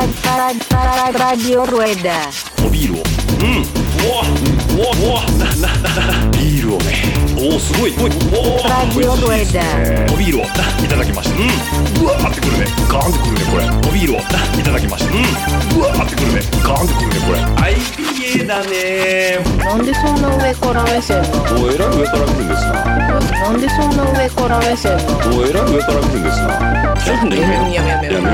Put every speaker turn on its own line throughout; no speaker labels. ラジオルエダ
おビールを
うんうわうわうわなななな
ビールをね
おおすごいお
ラジオルエダ
おビールを
いただきましたうんうわーってくるね
ガーンってくるねこれ
おビールをいただきましたうんうわーってくるね
ガーンってくるねこれ
IPA だね
なんでそんな上から目線なの
おえらい上から来るんですな
なんでそんな上から目線なの
おえらい上から来るんですなちょっとねやめよう
やめようや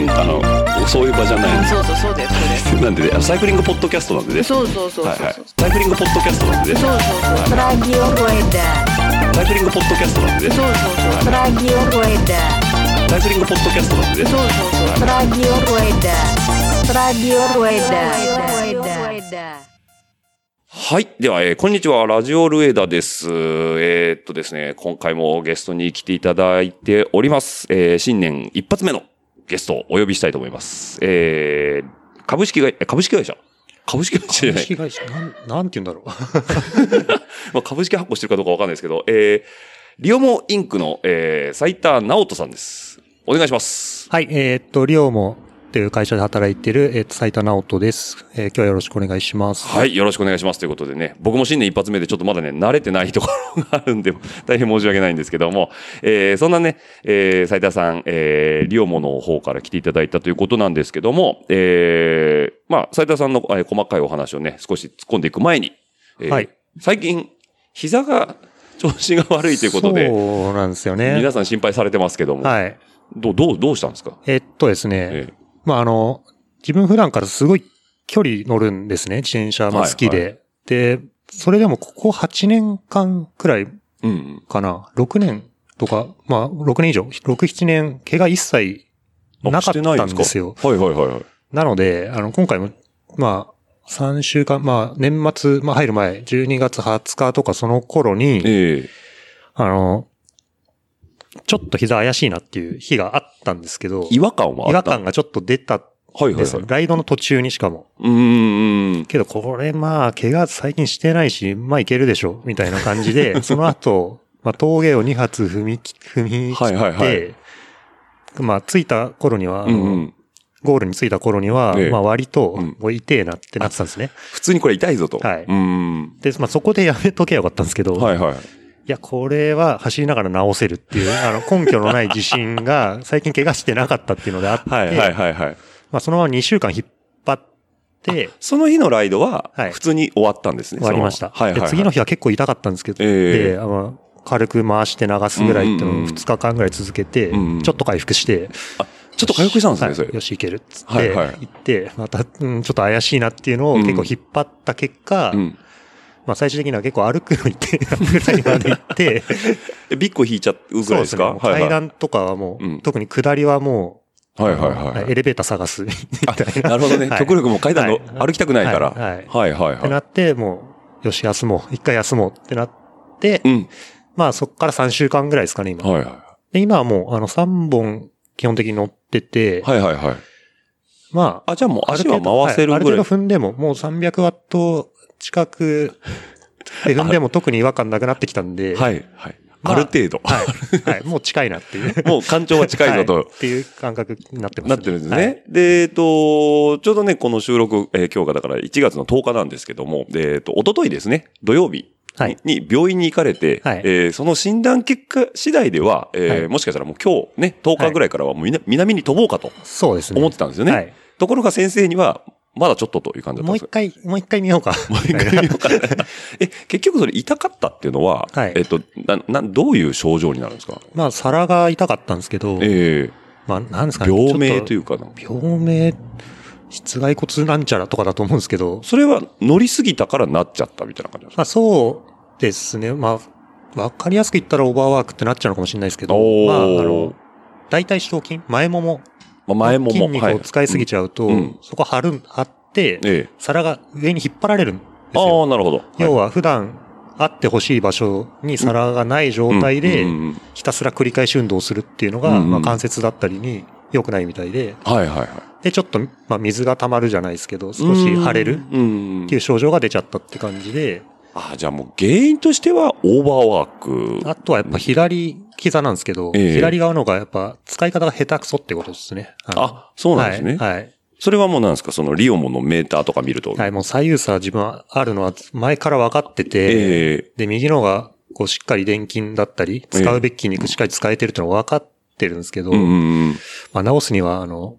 やめ
よう
ようやめよううんあのそういう場じゃないで
そうそうそうです
すなんでねあのサイクリングポッドキャストなんでね
そうですそうそうそうそう
はいはいサイクリングポッドキャストなんでね
そうそうそう
ラジオルエダ
サイクリングポッドキャストなんでね
そうそうそう
ラジオルエダ
サイクリングポッドキャストなんでね
そうそうそう
ラジオルエダラジオルエダ
はい。では、えーこんにちは。ラジオルエダです。えーっとですね、今回もゲストに来ていただいております。えー新年一発目のゲストをお呼びしたいと思います。えー株式会、え株式会社株式会社じゃな
株
い。
式会社、なん、なんて言うんだろう。
まあ、株式発行してるかどうかわかんないですけど、えー、リオモインクの、えー、斉田直人さんです。お願いします。
はい、えーっと、リオモという会社で働いてる、えーっと、斉田直人です。えー今日はよろしくお願いします。
は。い、よろしくお願いします。ということでね、僕も新年一発目でちょっとまだね、慣れてないところがあるんで、大変申し訳ないんですけども、えー、そんなね、えー、斉田さん、えー、リオモの方から来ていただいたということなんですけども、えー、まあ、斉田さんの、えー細かいお話をね、少し突っ込んでいく前に、えー
はい
最近、膝が、調子が悪いということで、
そうなんですよね。
皆さん心配されてますけども、
はい。
どう、どう、どうしたんですか
えーっとですね、
ええ
まあ、あの、自分普段からすごい距離乗るんですね。自転車、ま
は
あ、
い
好きで。
は
で、それでもここ8年間くらい
うんうん。
かな。6年とか、まあ、6年以上、6、7年、怪我一切
あ
なかった
し
ん
てない
ですよ。
かはいはいはいはい。
なので、あの、今回も、まあ、3週間、まあ、年末、まあ、入る前、12月20日とかその頃に、
ええ
あの、ちょっと膝怪しいなっていう日があったんですけど、
違和感はあ
違
った
和感がちょっと出たん
はいはい、は
で
い。
すよ。ライドの途中にしかも。
うーん。
けど、これまあ、怪我最近してないし、まあ、いけるでしょ、みたいな感じ で、その後、まあ、峠を2発踏みき、踏み切って、
はいはいはい
まあ、着いた頃には、あ
う
の
んうん。
ゴールに着いた頃には、
ええ
まあ割と、
うん
もう痛えなってなってたんですね。
普通にこれ痛いぞと。
はいう
ーん。
で、まあそこでやめとけばよかったんですけど、、
はいいはい。
や、これは走りながら直せるっていう、あの、根拠のない自信が 最近怪我してなかったっていうのであって、
はいはいはいはい。
まあそのまま2週間引っ張って、
その日のライドは
は、い
普通に終わったんですね。
終わりました。
そのはいはい、は
で
い。
次の日は結構痛かったんですけど、
ええ
であの軽く回して流すぐらいっていう
うんうんう
のを
ん
2日間ぐらい続けて、
うんうん
ちょっと回復して、
ちょっと回復したんですね、
はい
それ
よ。し、いけるっつって、
はいはい
行って、また、うん、ちょっと怪しいなっていうのを結構引っ張った結果、
うん。
まあ最終的には結構歩くのに 手がぐらいまで行って、
え、ビッグ引いちゃうぐ
そ
ら
う
いで
で
すす
ね。
か
もう
はい
階
はい。
段とかはもう、
うん
特に下りはもう、
はいはいはい
エレベーター探すみたいな。
なるほどね。
はい
極力もう階段の
はい
歩きたくないから。
はいはい
はいはい
って
は
なって、もう、よし、休もう。一回休もうってなって、
い。うん。
まあそこから3週間ぐらいですかね、今。
はいは
で、今はもう、あの、3本基本的に乗ってて、
い。はいはいはい。
まあ、
あ、じゃあもう
ある
足
程
は
度
回せる
はいある
ぐら
程
い。
度踏んでも、もう300ワット近く で踏んでも特に違和感なくなってきたんで、
はいはい。
ま
あ
あ
る程度。
はい。はい。もう近いなっていう。
もう干潮は近いぞと
は。っていう感覚になってます、
なってるんですね。で、えっと、ちょうどね、この収録、えー今日がだから1月の10日なんですけども、でえっと、一昨日ですね、土曜日に,、
はい
病院に行かれて、
はい
えーその診断結果次第では、えー
はい
もしかしたらもう今日ね、10日ぐらいからはもうみな南に飛ぼうかと
はい。そうですね。
思ってたんですよね。
はい
ところが先生には、まだちょっとという感じだった
も
ん
う
です
一回、もう一回見 ようか。もう
一回見ようか え、結局それ痛かったっていうのは、
はい
えっと、な、な、どういう症状になるんですか
まあ、皿が痛かったんですけど、
え
まあ、なんです
え
かね。。
病名といううかなんか
病名、室外骨なんちゃらとかだと思うんですけど、
それは乗りすぎたからなっちゃったみたいな感じなんですか
まあ、そうですね。まあ、わかりやすく言ったらオーバーワークってなっちゃうのかもしれないですけど、
おー
まあ、あの、大腿四頭筋、前もも、
まあ、前もも
筋肉を使いすぎ
ち
ちゃうと、
はいうん
そこ張る、張って、
ゃええ。
皿が上に引っ張られるんですよ。
ああ、なるほど。
要
は
は普段あってほしい場所に皿がない状態で
うんうんうん
ひたすら繰り返し運動をするっていうのが、
うんうん
まあ、関節だったりに良くないみたいで、
はいはいはい。
で、ちょっと、まあ、水が溜まるじゃないですけど、少し腫れる
うんうん
っていう症状が出ちゃったって感じで、
ああ、じゃあもう原因としてはオーバーワーク。
あとはやっぱ左膝なんですけど、
ええ
左側の方がやっぱ使い方が下手くそってことですね。あの
あ、そうなんですね。
はい。はい
それはもうなんですかそのリオモのメーターとか見ると。
はい、もう左右差は自分はあるのは前から分かってて、
え
で、右の方がこうしっかり錬金だったり、使うべき筋肉しっかり使えてるってのは分かってるんですけど、
えうんうんうん。
まあ直すにはあの、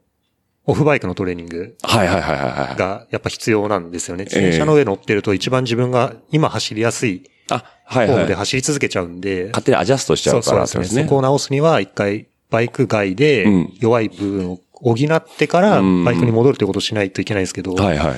オフバイクのトレーニング
はいはいはいはいはい。
がやっぱ必要なんですよね。自転車の上乗ってると一番自分が今走りやすい
あ、はい
フォー
は
ム
い。
で走り続けちゃうんで、
勝手にアジャストしちゃ
そううそ
か
う
らっ
で
て
す
こ
ね。
と
そこを直すには一回バイク外で
うん
弱い部分を補ってから
うん
バイクに戻るってことをしないといけないですけど、
はいはい。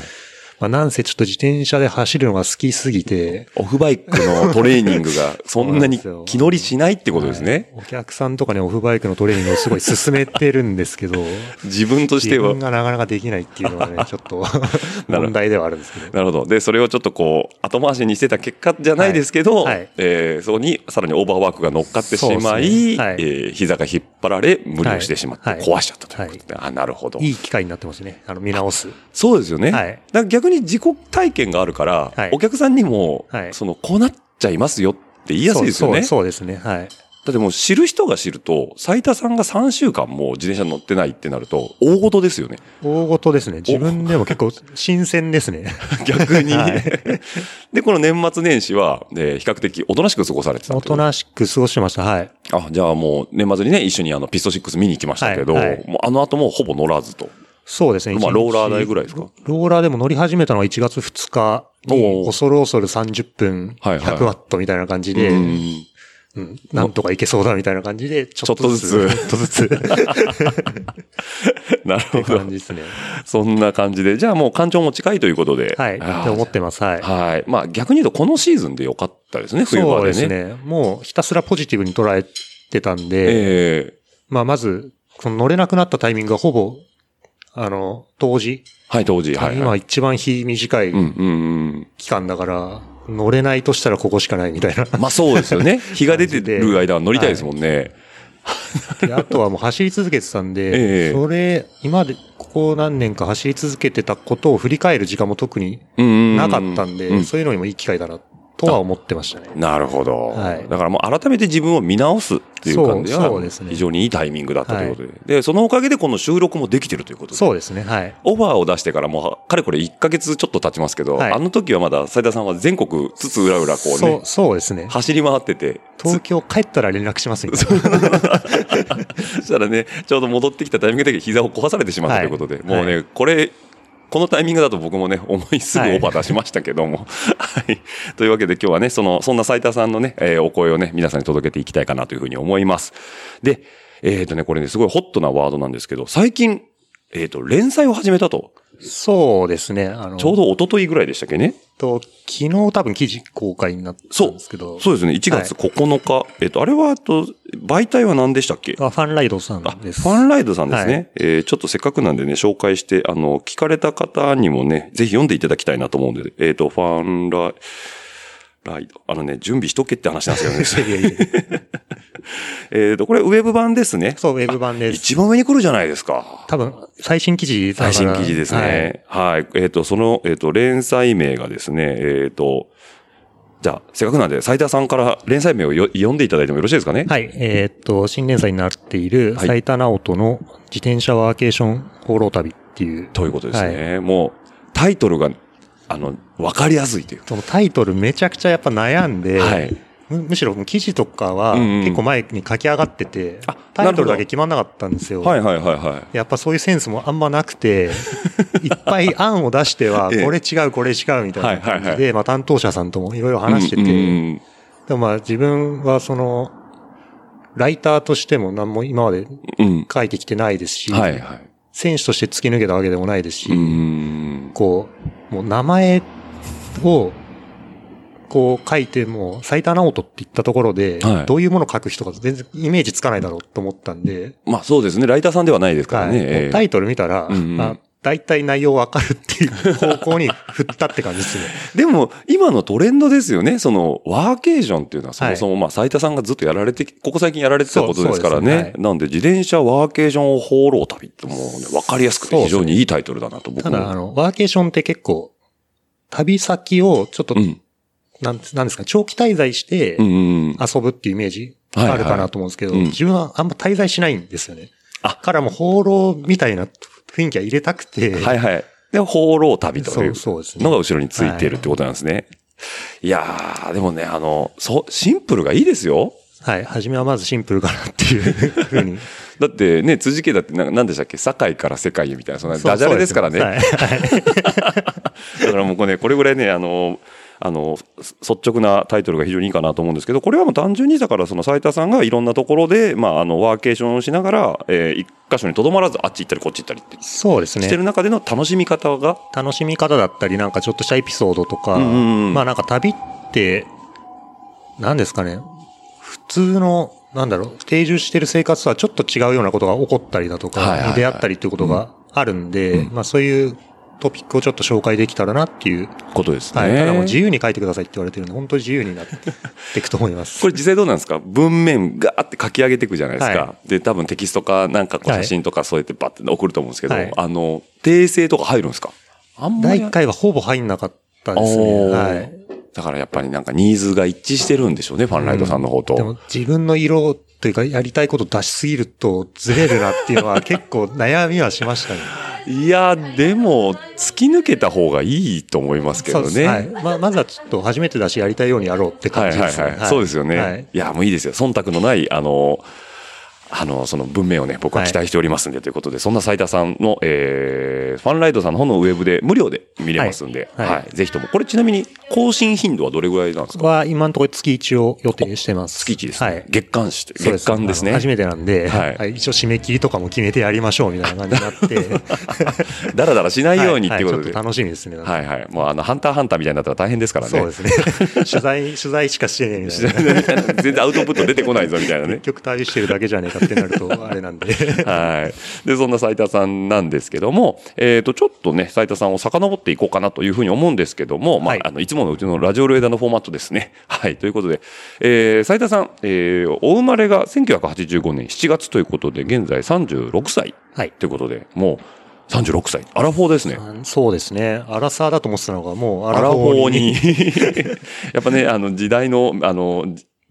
まあなんせちょっと自転車で走るのが好きすぎて、
オフバイクのトレーニングがそんなに気乗りしないってことですね。
お客さんとかにオフバイクのトレーニングをすごい勧めてるんで すけど、
自分とし
自
ては
分。がなかなかできないっていうのがね、ちょっと 問題ではあるんですけど。
なるほど。で、それをちょっとこう、後回しにしてた結果じゃないですけど、
はいはい
えーそこにさらにオーバーワークが乗っかってしまい、
そうですねはい
えー膝が引っ張られ、無理をしてしまって、
はい
壊しちゃったということで、あ、なるほど。
いい機会になってますね。あの、見直す。
そうですよね。
はい
だから逆に自己体験があるから、
はい
お客さんにも、
はい
その、こうなっちゃいますよって言いやすいですよね。
そうそうそうですね。はい。
だってもう知る人が知ると、斉田さんが3週間もう自転車乗ってないってなると、大事ですよね。
大ごとですね。自分でも結構新鮮で すね。
逆に。
はい
で、この年末年始は、えー比較的おとなしく過ごされてた
お
ってこと
となしく過ごしてました。はい。
あ、じゃあもう年末にね、一緒にあのピスト6見に行きましたけど、
はいはい
もうあの後もほぼ乗らずと。
そうですね。
まあ
一日
ローラー代ぐらいですか
ロローラーでも乗り始めたのは1月2日
お
に、
お
恐る恐る30分、
はいはい
100ワットみたいな感じで、
うん
うんなんとかいけそうだみたいな感じで、ちょっと
ちょっ
ずつ、ちょっとず つ、っ
なる
て
ほど
感。じですね。
そんな感じで。じゃあもう干潮も近いということで。
はい。
あー
って思ってます。はい。
はい。まあ逆に言うとこのシーズンでよかったですね、冬
そ
場
う
でね。
ですね。もうひたすらポジティブに捉えてたんで、
ええ
まあまず、この乗れなくなったタイミングがほぼ、あの、当時、
はい、当時。はい、
今
はい。
一番日短い
うんうんうん。
期間だから、乗れないとしたらここしかないみたいな。
まあそうですよ ね。日が出てる間は乗りたいですもんね。
であとはもう走り続けてたん
え
で、
え
それ、今まで、ここ何年か走り続けてたことを振り返る時間も特に
うんうんうん
なかったんで、
うん
そういうのにもいい機会だな、とは思ってましたね。
なるほど、
はい
だからもう改めて自分を見直すっていう感じ
そう
は
そうですね
非常にいいタイミングだったということで。で、そのおかげでこの収録もできてるということで。
そうですね、はい。
オファーを出してからもう、かれこれ1ヶ月ちょっと経ちますけど、
はい
あの時はまだ斉田さんは全国つつうらうらこう
そ
ね
う、、そうですね。
走り回ってて、
東京帰ったら連絡しますみたいな。
そしたらね、ちょうど戻ってきたタイミングで膝を壊されてしまったということで、
はい
もうね、これ、このタイミングだと僕もね、思いすぐオファー出しましたけども。 はい、というわけで今日はね、その、そんな斉田さんのね、えーお声をね、皆さんに届けていきたいかなというふうに思います。で、えっ、とね、これね、すごいホットなワードなんですけど、最近、えっ、と、連載を始めたと、
そうですね。あの、
ちょうど一昨日ぐらいでしたっけね。
と、昨日多分記事公開になった
そ
ん
う
ですけど。
そうですね。1月9日。えっと、あれは、えっと、媒体は何でしたっけ
あファンライドさん
あ、フ
です。
ァンライドさんですね。
は
えーちょっとせっかくなんでね、紹介して、あの、聞かれた方にもね、ぜひ読んでいただきたいなと思うんで、えっ、と、ファンライ、ライド。あのね、準備しとけって話なん ですけどね。
いやいや
えっと、これウェブ版ですね。
そう、ウェブ版です。
一番上に来るじゃないですか。
多分、最新記事だから
最新記事です。ね。はい。えっ、と、その、えっ、と、連載名がですね、えっ、と、じゃあ、せっかくなんで、斉田さんから連載名をよ読んでいただいてもよろしいですかね。
はい。はいえーっと、新連載になっている、
はい
斉田直人の自転車ワーケーション放浪旅っていう。
ということですね。もう、タイトルが、あの、わかりやすいという。
そのタイトルめちゃくちゃやっぱ悩んで、
はい。
むむしろ記事とかは
うんうん
結構前に書き上がってて、
あ
タイトルだけ決まんなかったんですよ。
はいはいはいはい。
やっぱそういうセンスもあんまな くて、いっぱい案を出しては、
ええ
これ違う、これ違うみたいな感
はい
じ
はい
で、まあ担当者さんともいろいろ話してて、
うんうん
で
うん
もまあ自分はその、ライターとしても何も今まで
うん。
書いてきてないですし、
はいはい。
選手として突き抜けたわけでもないですし、
うんうん
こう、もう名前を、こう書いても、斉田直人って言ったところで、
はい
どういうものを書く人か全然イメージつかないだろうと思ったんで、
うん。まあそうですね。ライターさんではないですから
はい
ね。え
もう
え
タイトル見たら、
うんうん
あ大体内容わかるっていう方向に振ったって感じですね。
でも、今のトレンドですよね。その、ワーケーションっていうのはそもそも、まあ、斉田さんがずっとやられて、ここ最近やられてたことですから
そうそうです
ね
ね。はい
なんで、自転車ワーケーション放浪旅ってもうね、わかりやすくて非常にいいタイトルだなと僕
た
も。
だ、あの、ワーケーションって結構、旅先をちょっと
うん。
なんなんですか、長期滞在して
うんうんうん。
遊ぶっていうイメージ
はいはい
あるかなと思うんですけど、
うん
自分はあんま滞在しないんですよね。
あ
からもう放浪みたいな雰囲気は入れたくて、
はいはい。で、放浪旅という
そうそうですね
のが後ろについているってことなんですね。いやー、でもね、あの、そう、シンプルがいいですよ。
はい、初めはまずシンプルかなっていうふ うに。
だってね、辻家だってな、なんでしたっけ堺から世界へみたいな、そんな
そう
ダジャレですからね。
そうですはいはい
だからもうこれね、これぐらいね、あの、あの、そ率直なタイトルが非常にいいかなと思うんですけど、これはもう単純に、だからその斉田さんがいろんなところで、まあ、あの、ワーケーションをしながら、えー一箇所にとどまらず、あっち行ったりこっち行ったりって
そうで す
してる
ね。
中での楽しみ方が、
楽しみ方だったり、なんかちょっとしたエピソードとか、
うんうんうん
まあなんか旅って、何ですかね、普通の、なんだろう、定住してる生活とはちょっと違うようなことが起こったりだと
はいはいはい
か、出会ったりっていうことがあるんで、まあそういうトピックをちょっと紹介できたらなっていう。
ことですね。
はい。ただもう自由に書いてくださいって言われてるんで、本当に自由になっていくと思います。
これ実際どうなんですか文面ガーって書き上げていくじゃないですか。
は
で、多分テキストかなんかこう
はい
写真とかそうやってバッて送ると思うんですけど、
はい
あの、訂正とか入るんですかあん
第
や
1回はほぼ入んなかったですね。
おー
はい。
だからやっぱりなんかニーズが一致してるんでしょうね、ファンライトさんの方と。
でも自分の色というかやりたいこと出しすぎるとずれるなっていうのは結構悩みはしましたね。
いや、でも、突き抜けた方がいいと思いますけ
そ
ど
うです
ね。
はい。ま、まずはちょっと初めてだしやりたいようにやろうって
は
感
い
じ
は
で
い
すね。
はい。そうですよね。
はいい、
や、もういいですよ。忖度のない、あの、あの、その文面をね、僕は期待しておりますんで、ということで、そんな斉田さんの、えー、ファンライドさんの本のウェブで無料で見れますんで、は、
はいいはい
ぜひとも。これちなみに、更新頻度はどれぐらいなんですか
は今のところ月1を予定してます。
月1ですね。
はい。
月間して、
そう
月間です
あ
ね。
の初めてなんで、
は
はいい、一応締め切りとかも決めてやりましょうみたいな感じ になって。
だらだらしないようにっていうこと
ははちょ
で。
っと楽しみですね。
はいはい。もうあの、ハンターハンターみたいになったら大変ですからね。
そうですね。取材、取材しかしてねえみたいな。
全然アウトプット出てこないぞみたいなね
結。局旅してるだけじゃねえかってなると、あれなんで。
はい。で、そんな斉田さんなんですけども、えっ、と、ちょっとね、斉田さんを遡っていこうかなというふうに思うんですけども、まあ、
はい
い、あの、いつものうちのラジオルエダのフォーマットですね。 はい。ということで、えー、斉田さん、えー、お生まれが1985年7月ということで、現在36歳
はい。
ということで、もう36歳。アラフォーですね。
あそうですね。アラサーだと思ってたのが、もうア
アラ
ラ
フ
フォ
ォー
ーに。
に。 やっぱね、あの、時代の、あの、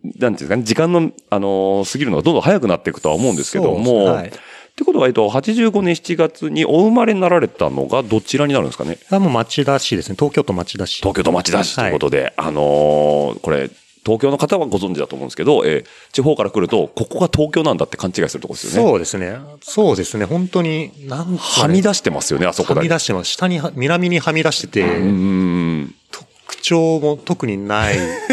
なんていうんですかね、時間の、あの、過ぎるのがどんどん早くなっていくとは思うんですけど
そうですね
も、
はい
ってことは、えっと、85年7月にお生まれになられたのがどちらになるんですかね
あもう町田市ですね。東京都町田市。
東京都町田市ということで、あのーこれ、東京の方はご存知だと思うんですけど、えー地方から来ると、ここが東京なんだって勘違いするところですよね。
そうですね。そうですね。本当に、なん
はみ出してますよね、あそ
は
こだ
み
け。
出してます。下には、南にはみ出してて、
うん。
特徴も特にない。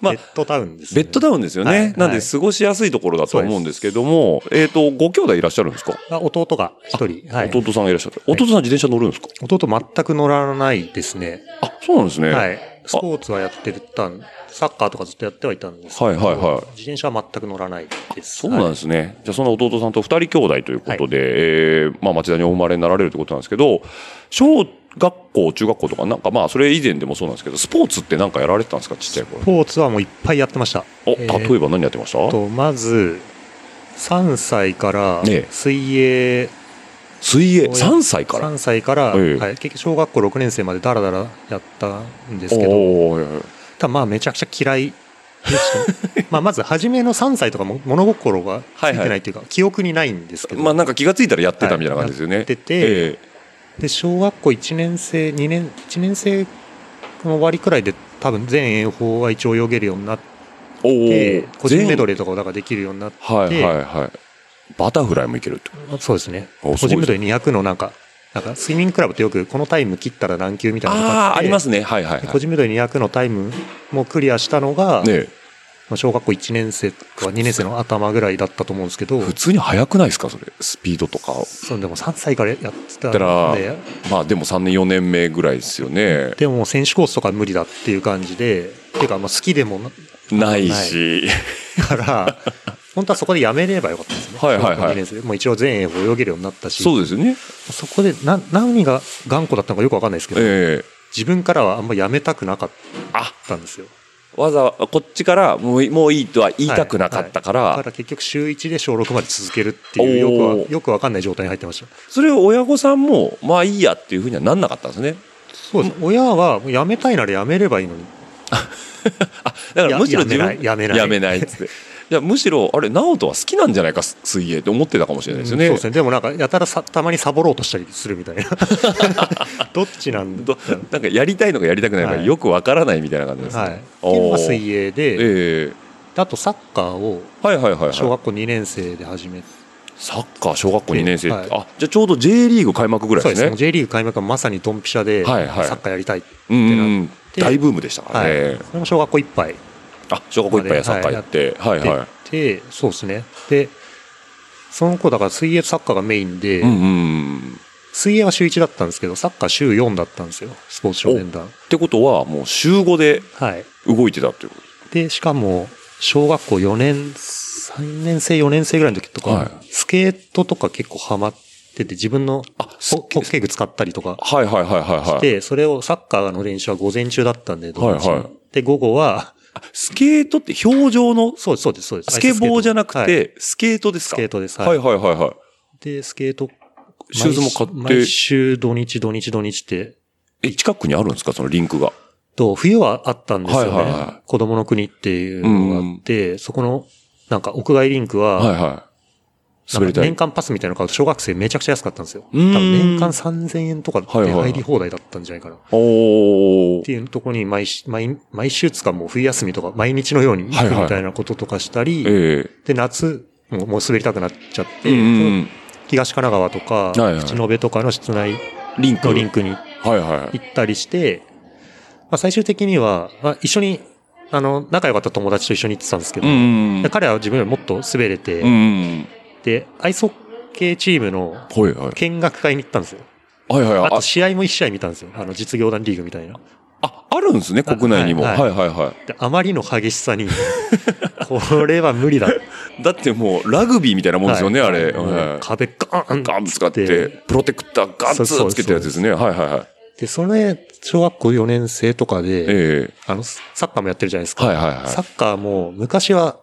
まあ
ベッドタウンです
ベ
ね。
ッドダウンですよね。
はい
なん
は
で、
い
過ごしやすいところだと思うんですけども、えっ、と、ご兄弟いらっしゃるんですか
あ弟が一人。はい。
弟さんがいらっしゃる。弟さん自転車乗るんですか、
弟全く乗らないですね。
あ、そうなんですね。
はい。スポーツはやってたん、サッカーとかずっとやってはいたんですけど、
はいはいはい
自転車は全く乗らないです。
そうなん
で
ですね。じゃあ、その弟さんと二人兄弟ということで、えーまあ、町田にお生まれになられるということなんですけど、小学校、中学校とか、なんかまあ、それ以前でもそうなんですけど、スポーツってなんかやられてたんですか、ちっちゃい頃
ス。ポーツはもういっぱいやってました。
お、
え
例
ー
えば何やってました、
と、まず、3歳から
ええ
水泳、
水泳、3歳から。
3歳から、
ええ
はい、結局小学校6年生までダラダラやったんですけど、
おー
ただまあめちゃくちゃ嫌いでし たねまあまず初めの3歳とかも物心がついてないというか、記憶にないんですけど、
まあ、なんか気がついたらやってたみたいな感じですよね。
はいやってて
え
で小学校1年生2年1年生の終わりくらいで多分全泳法は一応泳げるようになっ
えお
て
ー
個人メド
全
レーとかをだからできるようになって、
はいはいはい。バタフライもいけるってこと
そうですね
お
個
すごい
人メドレー200のなんかなんかスイミングクラブってよくこのタイム切ったら何級みたいなのが
ああー、ありますすね。はいはい、は
個
い。
人メドレー200のタイムもクリアしたのが、
ねえ
まあ小学校1年生とか2年生の頭ぐらいだったと思うんですけど
普通に速くないですか、それ。スピードとか。
そうでも3歳からやってた
だから
んで、
まあでも3年4年目ぐらいですよね。
でももう選手コースとか無理だっていう感じでっていうかまあ好きでもな
ないし。
から、本当はそこでやめればよかったんですね。
はいはいはい
小学校二年生でもう一応全英語泳げるようになったし、
そうですよね。
そこでな何が頑固だったのかよくわかんないですけど、
ええ
自分からはあんまやめたくなかっ
あ、
たんですよ。
わざわざこっちからもういもういいとは言いたくなかったから、
だから結局週1で小6まで続けるっていうよく
お
わ
ー
よくわかんない状態に入ってました。
それを親御さんも、まあいいやっていうふうにはなんなかったんですね。
そうです。親は、辞めたいなら辞めればいいのに。
あ、だからむしろ
や
自分
やめないやめな
やめ
い
ないっつって。いやむしろ、あれ、直人は好きなんじゃないか、す水泳って思ってたかもしれないですよね。
そうですね。でもなんか、やたらさ、たまにサボろうとしたりするみた いな。どっちなんだ
どなんかやりたいのかやりたくないのか
はい
よくわからないみたいな感じですね。
はい。っていうの
お
が
ー
水泳で、
え
あとサッカーを
えはいはいはい、はい。
小学校2年生で始めて、
サッカー小学校2年生って、
はい
あじゃあちょうど J リーグ開幕ぐらい
そう
で
ですす
ね
ね。J リーグ開幕はまさにドンピシャで、サ
はいはい
ッカーやりたいって
う
なっ
ん大ブームでしたからね、
て、それも小学校いっぱい
あ小学校いっぱいはサッカーやって、はい、はい
やってて、そうですね。で、その子だから水泳とサッカーがメインで、
うんうん
水泳は週1だったんですけど、サッカー週4だったんですよ。スポーツ少年団。
ってことはもう週5で
はい。
動いてたっていうこ
で、しかも、小学校4年、3年生、4年生ぐらいの時とか、
はい
スケートとか結構ハマってて、自分の
あス
ホホッケー具使ったりとか
とはいはいはいはいはい
で、それをサッカーの練習は午前中だったん
は
で、
いはい
土日で、午後は、
あスケートって表情の
そうです、そうです、そうです。
スケボーじゃなくて、
はい
スケートですか
スケートです
は
はいい
はいはいはい
で、スケート、
シューズも買って
毎毎週土日、土日、土日って、
え近くにあるんですかそのリンクが
と、冬はあったんですよね。
はいはいはい
子供の国っていうのがあって、そこの、なんか屋外リンクは、
はいはい
なん
滑りた
か年
い
間パスみたいなの買うと小学生めちゃくちゃ安かったんですよ。多
ーん
分年間3000円とかで
はいはい
入り放題だったんじゃないかな。っ
おお
ていうところに毎し毎毎週つかもう冬休みとか毎日のように行くみたいなこととかしたり、
え
で、夏、もうもう滑りたくなっちゃって、
えうん
東神奈川とか、
はいはい
淵野辺とかの室内
うんリンク
のリンクに
はいはい
行ったりして、まあ、最終的には、まあ、一緒に、あの、仲良かった友達と一緒に行ってたんですけど、
うんうん
で彼は自分よりもっと滑れて、
うん
で、アイスホッケーチームの
はいはい
見学会に行ったんですよ。
はいはい
あ
あ
と試合も一試合見たんですよ。あの、実業団リーグみたいな。
あ、あるんですね、
あ
国内にも。は
はいい
は
はい
は
で、あまりの激し さに、これは無理だ。
い。だってもう、ラグビーみたいなもんですよね、あれ。
も
は
う
い
壁ガーン
ガンツ使って、プロテクターガンツ
そうそう
つけたやつですね。はいはいはい。
で、それ、小学校4年生とかで、
え
あの、サッカーもやってるじゃないです
え
か。
はいはいはい。
サッカーも昔は、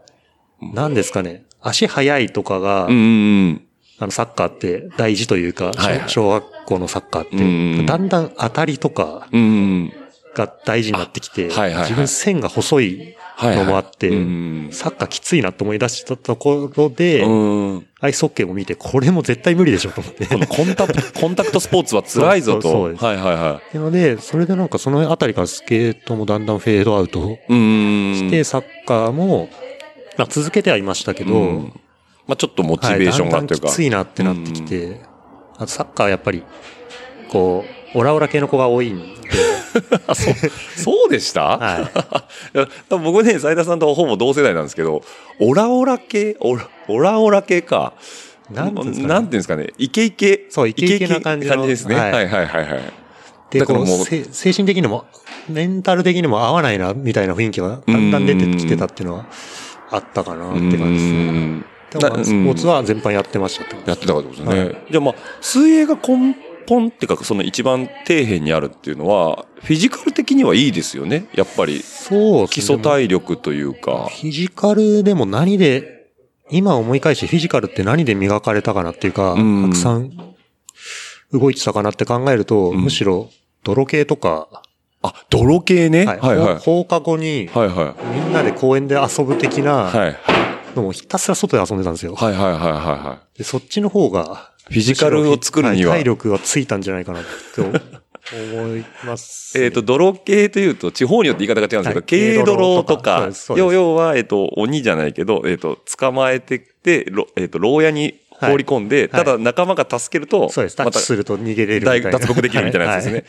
何ですかね、足速いとかが、
うんうん
あの、サッカーって大事というか、
はいはい
小小学校のサッカーって、
うん
だんだん当たりとか
うん。うんうん。
が大事になってきて、
あはいはいはい
自分線が細い
はいはい。
のもあって、
うん
サッカーきついなと思い出したところで、
うん。うん。
アイスホッケーも見て、これも絶対無理でしょと思って。っ
このコンタク ト、コンタクトスポーツは辛いぞと。
そうそうそうです
はいはいは
ていうので、それでなんかそのあたりからスケートもだんだんフェードアウト
い。うんうんうん。
して、サッカーも、まあ、続けてはいましたけど、
うんまあちょっとモチベーションが
はい
というか。
だんだんきついなってなってきて、あとサッカーはやっぱり、こう、オラオラ系の子が多いんで、
あそうそうでした、
はい
いや多分僕ね斉田さんとほぼ同世代なんですけどオラオラ系オラオラオラ系か
なんていうんですかね
なんていうんですかねイケイケ
そうイケイケな感じの
ですね、は、
はいい
はいはいはいはい
で、
だから
こう
もう
せ精神的にも、メンタル的にも合わないな、みたいな雰囲気がだんだん出てきてたっていうのは、あったかなって感じですね。でもまあスポーツ
は
は全般やってましたってこと
やってたからってことですね、
はい
じゃあまあ水泳が根本っていうかその一番底辺にあるっていうのはフィジカル的にはいいですよねやっぱり
そうですね
基礎体力というか
フィジカルでも何で、今思い返してフィジカルって何で磨かれたかなっていうか、
うん
たくさん動いてたかなって考えると、
ん
むしろ泥系とか、
あ泥系ね、はい、はいはいはい
放課後に、
はい
みんなで公園で遊ぶ的な
はい
のもひたすら外で遊んでたんですよ。
はいはいはいはいはい
でそっちの方が、
フィジカルを作るには
はい体力がついたんじゃないかなと思います、
えっ、と、、泥系というと、地方によって言い方が違うんですけど、
はい
軽泥とか
軽泥とかそうで、すそうです
要要は、えっ、と、鬼じゃないけど、えっ、と、捕まえてって、ろえっ、と、牢屋に放り込んで、
は
た
い
だ仲間が助けると、
そうです。タ
ま
ッ
た
チすると逃げれるみた
大
いな。
脱獄できるみたいなやつですね。
はい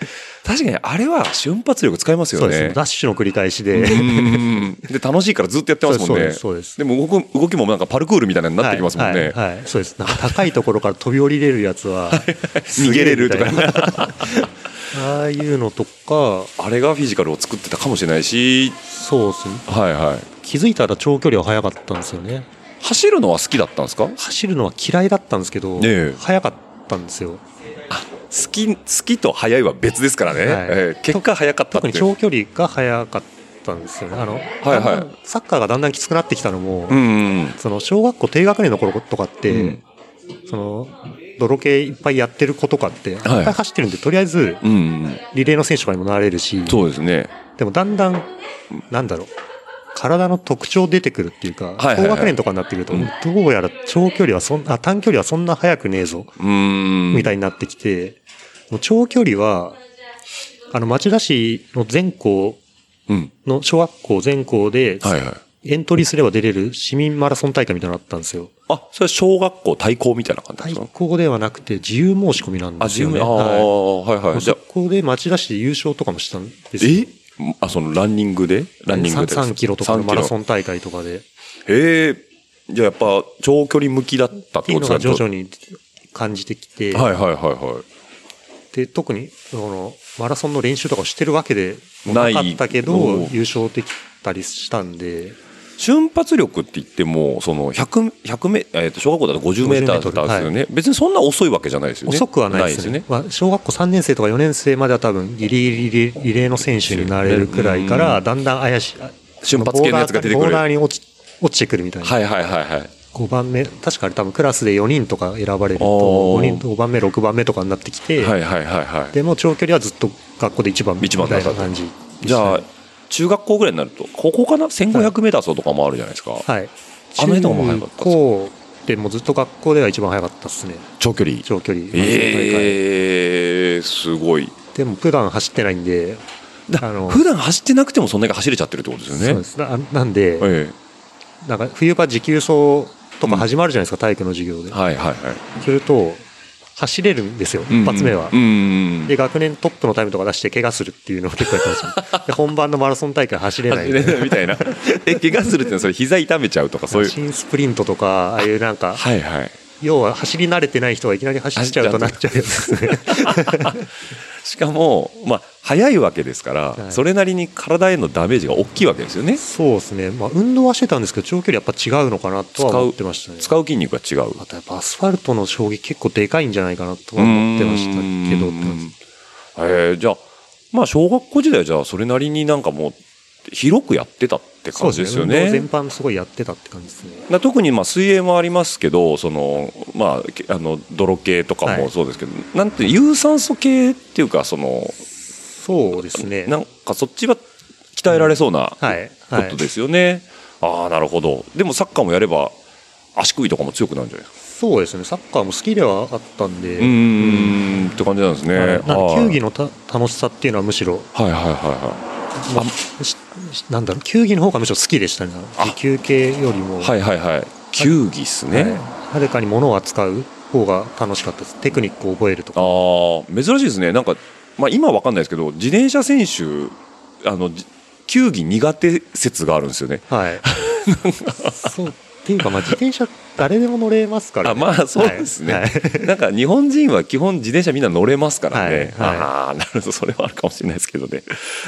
確かに、あれは瞬発力使いますよね。
そうです。ダッシュの繰り返しで。
うんで、楽しいからずっとやってますもんね。
そうですそうです
も動く、動きもなんかパルクールみたいなのになってきますもんね。
はいはいはいそうです。なんか高いところから飛び降りれるやつは、
逃げれるとか
すげえみたいな。ああいうのとか、
あれがフィジカルを作ってたかもしれないし、
そうですね。
はいはい。
気づいたら長距離は速かったんですよね。
走るのは好きだったんですか
走るのは嫌いだったんですけど、
ええ
速かったんですよ。
好き好きと早いは別ですからね、
はい
えー結果早かったっ
特
て
に長距離が速かったんですよね。あの、
はい
だんだんサッカーがだんだんきつくなってきたのも、
うんうん
その小学校低学年の頃とかって、
うん
その泥系いっぱいやってる子とかって、いっ
はい
ぱい走ってるんで、とりあえず、
うん。
リレーの選手とかにもなれるし、
そうですね。
でもだんだん、なんだろう、体の特徴出てくるっていうか、
はいはい
高学年とかになってくると、どうやら長距離はそんあ、短距離はそんな速くねえぞ、
うーん。
みたいになってきて、もう長距離は、あの、町田市の全校
うん。
の小学校全校で、
はいはい。
エントリーすれば出れる市民マラソン大会みたいなのあったんですよ。
あ、それは小学校対抗みたいな感じで
対
すか
抗ではなくて自由申し込みなん
あ、
です
自
よ
由
ね。
に。あ
はい
あ、はいはい。じゃ
そ
あ、
こで町田市で優勝とかもしたんですよ。
えあ、そのランニングでランニングで。
3キロとかのマラソ
ン。
ン大会とかで。
へえ。じゃあやっぱ、長距離向きだったっ
って
て
いう
ことで
の
すか
が徐々
に。
に感じてきて、
はいはいはいは
で特にそのマラソンの練習とかをしてるわけでも
な
ないかったけ
お
ど
う
優勝できたりしたんで
い。瞬発力って言っても、その100、100メ、えっと、小学校だと50メーターだったんですよね。別にそんな遅いわけじゃないですよね。
遅くはないですね
ね。
まあ、小学校3年生とか4年生までは多分ギリギリリレーの選手になれるくらいからだんだん怪しい
瞬発系のやつが出てくる
ボーダーに落ち落ちてくるみたいな、
はいはいはいはい。
5番目確かあれ多分クラスで4人とか選ばれると
おー
5人5番目6番目とかになってきて、
はいはいはいはい。
でも長距離はずっと学校で1番み
一番
た
だっ
い
た
な
と
感じ、
じゃあ、中学校ぐらいになると、ここかな ?1500 メーター走とかもあるじゃないですか。
はい。
あの人も早かったっすか
中高でもずっと学校では一番早かったですね。
長距離。
長距離。大会
ええー、すごい。
でも普段走ってないんで、
だ
あの
普段走ってなくてもそんなに走れちゃってるってことですよね。
そうです。ななんで、
え
なんか冬場持久走とか始まるじゃないですか、体育の授業で
え。はいはいはい。
すると、走れるんですよ、
うんうん
一発目は
う。ん
で、学年トップのタイムとか出して怪我するっていうのを結構やってま した。で、本番のマラソン大会走れ
うん。
ない
走
みた
れ
いな
ない みたいな。え、怪我するってのはそれ膝痛めちゃうとかそう いう。
新スプリントとか、ああいうなんか、
はいはい。
要は走り慣れてない人がいきなり走っちゃうとなっちゃうや つですね。
しかも、まあ、速いわけですから、
はい
それなりに体へのダメージが大きいわけですよね。
そうですね、まあ、運動はしてたんですけど、長距離やっぱ違うのかなとは思ってましたね。
使う筋肉が違う。
あとやっぱアスファルトの衝撃結構でかいんじゃないかなとは思ってましたけど
う、んえーじゃあ、まあ、小学校時代はじゃあ、それなりになんかもう、広くやってたって
そう
感
です
じですよ
ね運動
ね。
全般すごいやってたって感じですね。
な特にまあ水泳もありますけどその、まあけ、あの泥系とか
は
も
い
そうですけど、なんて有酸素系っていうかその
そうですね。
なんかそっちは鍛えられそうなこ
はい。はい
と。ですよね。ああなるほどでもサッカーもやれば足首とかも強くなるんじゃないですか。
そうですね、サッカーも好きではあったんで、
うーんって感じなんですね。
なんか
はい
球技のた楽しさっていうのはむしろ、
はいはいはいは
まあししなんだろう、球技の方がむしろ好きでしたね、持久系よりも。
いはいはいはい球技っすね。
はいはるかに物を扱う方が楽しかったです。テクニックを覚えるとか。
ああ珍しいですねなんか、まあ、今は分かんないですけど自転車選手あのじ球技苦手説があるんですよね。
はい。そう。っていうか、まあ、自転車誰でも乗れますから、
あ
ね。
まあそうですね、
はい はい
なんか日本人は基本自転車みんな乗れますからね、
はいはい
ああなるほどそれはあるかもしれないですけどね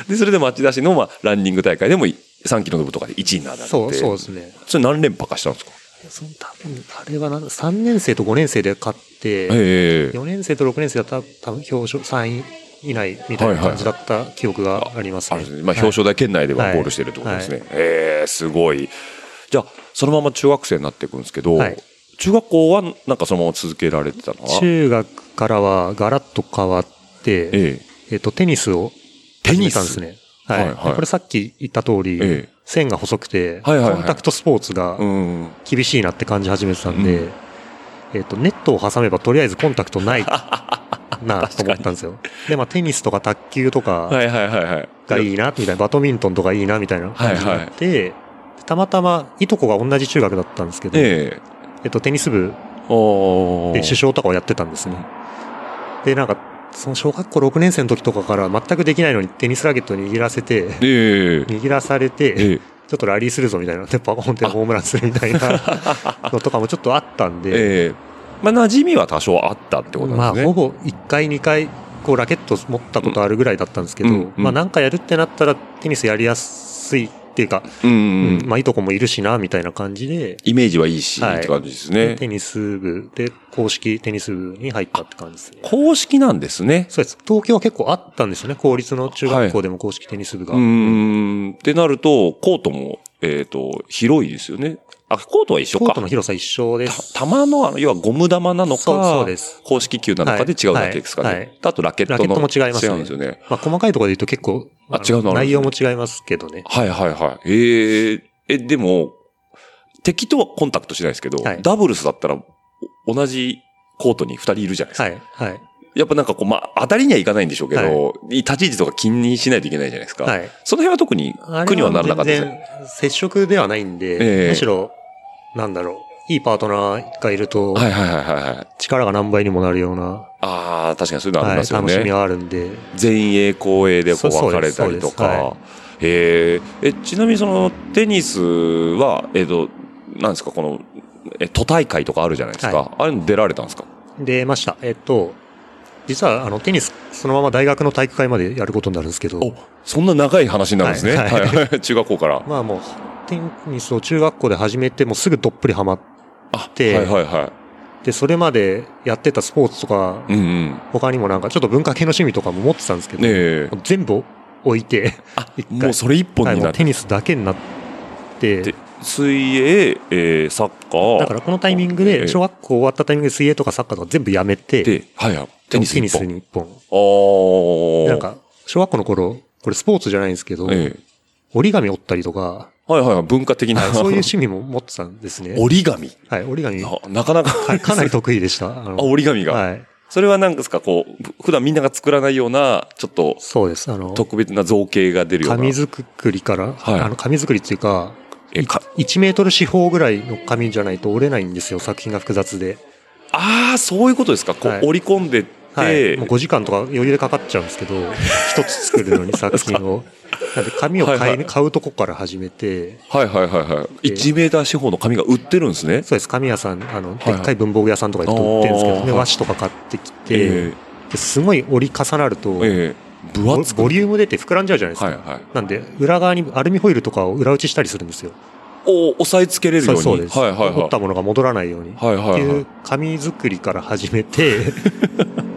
でそれで町田市の、まあ、ランニング大会でもい3キロの部とかで1位になられて
そう、そうですね。
それ何連覇かしたんですか
その多分、あれはなん3年生と5年生で勝って、
ええ
4年生と6年生だったら多分表彰、3位以内みたいな感じだった記憶があります
あ
ね。
れですねまあ、表彰台圏内では
はい
ゴールしてるってことですね、ええすごいじゃあそのまま中学生になっていくんですけど、
はい
中学校はなんかそのまま続けられてたの
はい
は、
中学からはガラッと変わって、えっ、
ええ
と、テニスを
テ
始
ニ
め
ス
たんですね。はい。
はいはい
これさっき言った通り、
ええ
線が細くて、
はいはいはい
コンタクトスポーツが
うん
厳しいなって感じ始めてたんで、
う
えっ、と、ネットを挟めばとりあえずコンタクトないなと思ったんです よ。で、まあテニスとか卓球とか
はいはいはいはい
がいいな、みたいな、バドミントンとかいいな、みたいな感じになって、たまたま、いとこが同じ中学だったんですけど、えっ、
ええ
と、テニス部
お
で首相とかをやってたんですね。で、なんか、その小学校6年生の時とかから全くできないのにテニスラケット握らせて、
ええ
握らされて、
ええ
ちょっとラリーするぞみたいな、で、パコンってホームランするみたいなのとかもちょっとあったんで、
ええまあ馴染みは多少あったってこと
ま
なん
あ
ですね。
ほぼ1回2回こうラケット持ったことあるぐらいだったんですけど、
うんうん
まあなんかやるってなったらテニスやりやすいっていうか、
うん
うん
うん
まあいとこもいるしなみたいな感じで、
イメージはいいし、
はい
って感じですね。
テニス部で公式テニス部に入ったって感じですね。
公式なんですね。
そうです。東京は結構あったんですよね。公立の中学校でも公式テニス部が。
うん。ってなると、コートもえっ、と、広いですよね。あ、コートは一緒
コ
か。
ートの広さ一緒です。
た球の、あの、要はゴム玉なのか、
そうそうです
公式球なのかで違うだけですかね。
はいはい
あとラケット
ラ
の。
ケットも違いますね。
違うんですよね。
まあ、細かいところで言うと結構、
あ違うのあ
の
るんですね
内容も違いますけどね。
はいはいはい。えー、え、でも、敵とはコンタクトしないですけど、
はい
ダブルスだったら、お同じコートに二人いるじゃないですか。
はい、はい、
やっぱなんかこう、まあ、当たりにはいかないんでしょうけど、立ち位置とか気にしないといけないじゃないですか。
はい。
その辺は特に
あれ
苦にはならなかったです
全
ね。
然接触ではないん
え
で、
え
むしろ、なんだろう、いいパートナーがいると、
はいはいはいはいはい。
力が何倍にもなるような、
ああ、確かにそういうのあり
は
ま
い
すよ
楽
ね。
しみはあるんで、
前衛後衛でこう
そ
分
う
か
そう
れ
です
たりとか。
そう
へーえ、ちなみにそのテニスは、えっ、と、なんですか、この、え、都大会とかあるじゃないですか。
は
あれに出られたんですか
出ました。えっと、実はあのテニス、そのまま大学の体育会までやることになるんですけど
お、そんな長い話になるんですね。は、
はいい
は
はい い
中学校から。
まあもう、テニスを中学校で始めて、もうすぐどっぷりハマっ
あ、はい
で
はいは
て、それまでやってたスポーツとか
い。、うんうん。
他にもなんかちょっと文化系の趣味とかも持ってたんですけど、
ねえ。
全部置いて、
あ
一、回
もうそれ一本
はい
に
も
なっ
う
て。
テニスだけになって、
で水泳、えーサッカー。
だからこのタイミング
ええ
で、小学校終わったタイミングで水泳とかサッカーとか全部やめて、
で、はいはい。テニス
テニ
一
ス
本。
に一本。
あー
なん、か、小学校の頃、これスポーツじゃないんですけど、
ええ
折り紙折ったりとか、
はいはいはい。文化的な。
そういう趣味も持ってたんですね。
折り紙。
はい、折り紙、
ななかなか、
はいかなり得意でした。あの
あ、折り紙が。
はい。
それは何ですか、こう、ふ普段みんなが作らないような、ちょっと
そうです。あの、
特別な造形が出るような。
紙作りから、
はい
あの、紙作りっていうか、
えか
1メートル四方ぐらいの紙じゃないと折れないんですよ、作品が複雑で。
ああ、そういうことですか。こう、
はい
折り込んでって、
はい、もう5時間とか余裕でかかっちゃうんですけど、 一つ作るのに作品を。なんで紙を買い、
はいはい
買うとこから始めて、
はいはいはいはい。
で
1メーター四方の紙が売ってるんですね。
そうです、紙屋さん、あの、
はい
でっかい文房具屋さんとか行くと売ってるんですけど
あー
ね、和紙とか買ってきて、
え
ですごい折り重なると、
えええ分
ボ
厚く。
ボリューム出て膨らんじゃうじゃないですか。
はいはい。
なんで、裏側にアルミホイルとかを裏打ちしたりするんですよ。
お、押さえつけれるよ
そう
に。
うそうです。
はいはい
折
は
ったものが戻らないように。
い。はい
っ
は
て
い
い
は
う紙作りから始め て、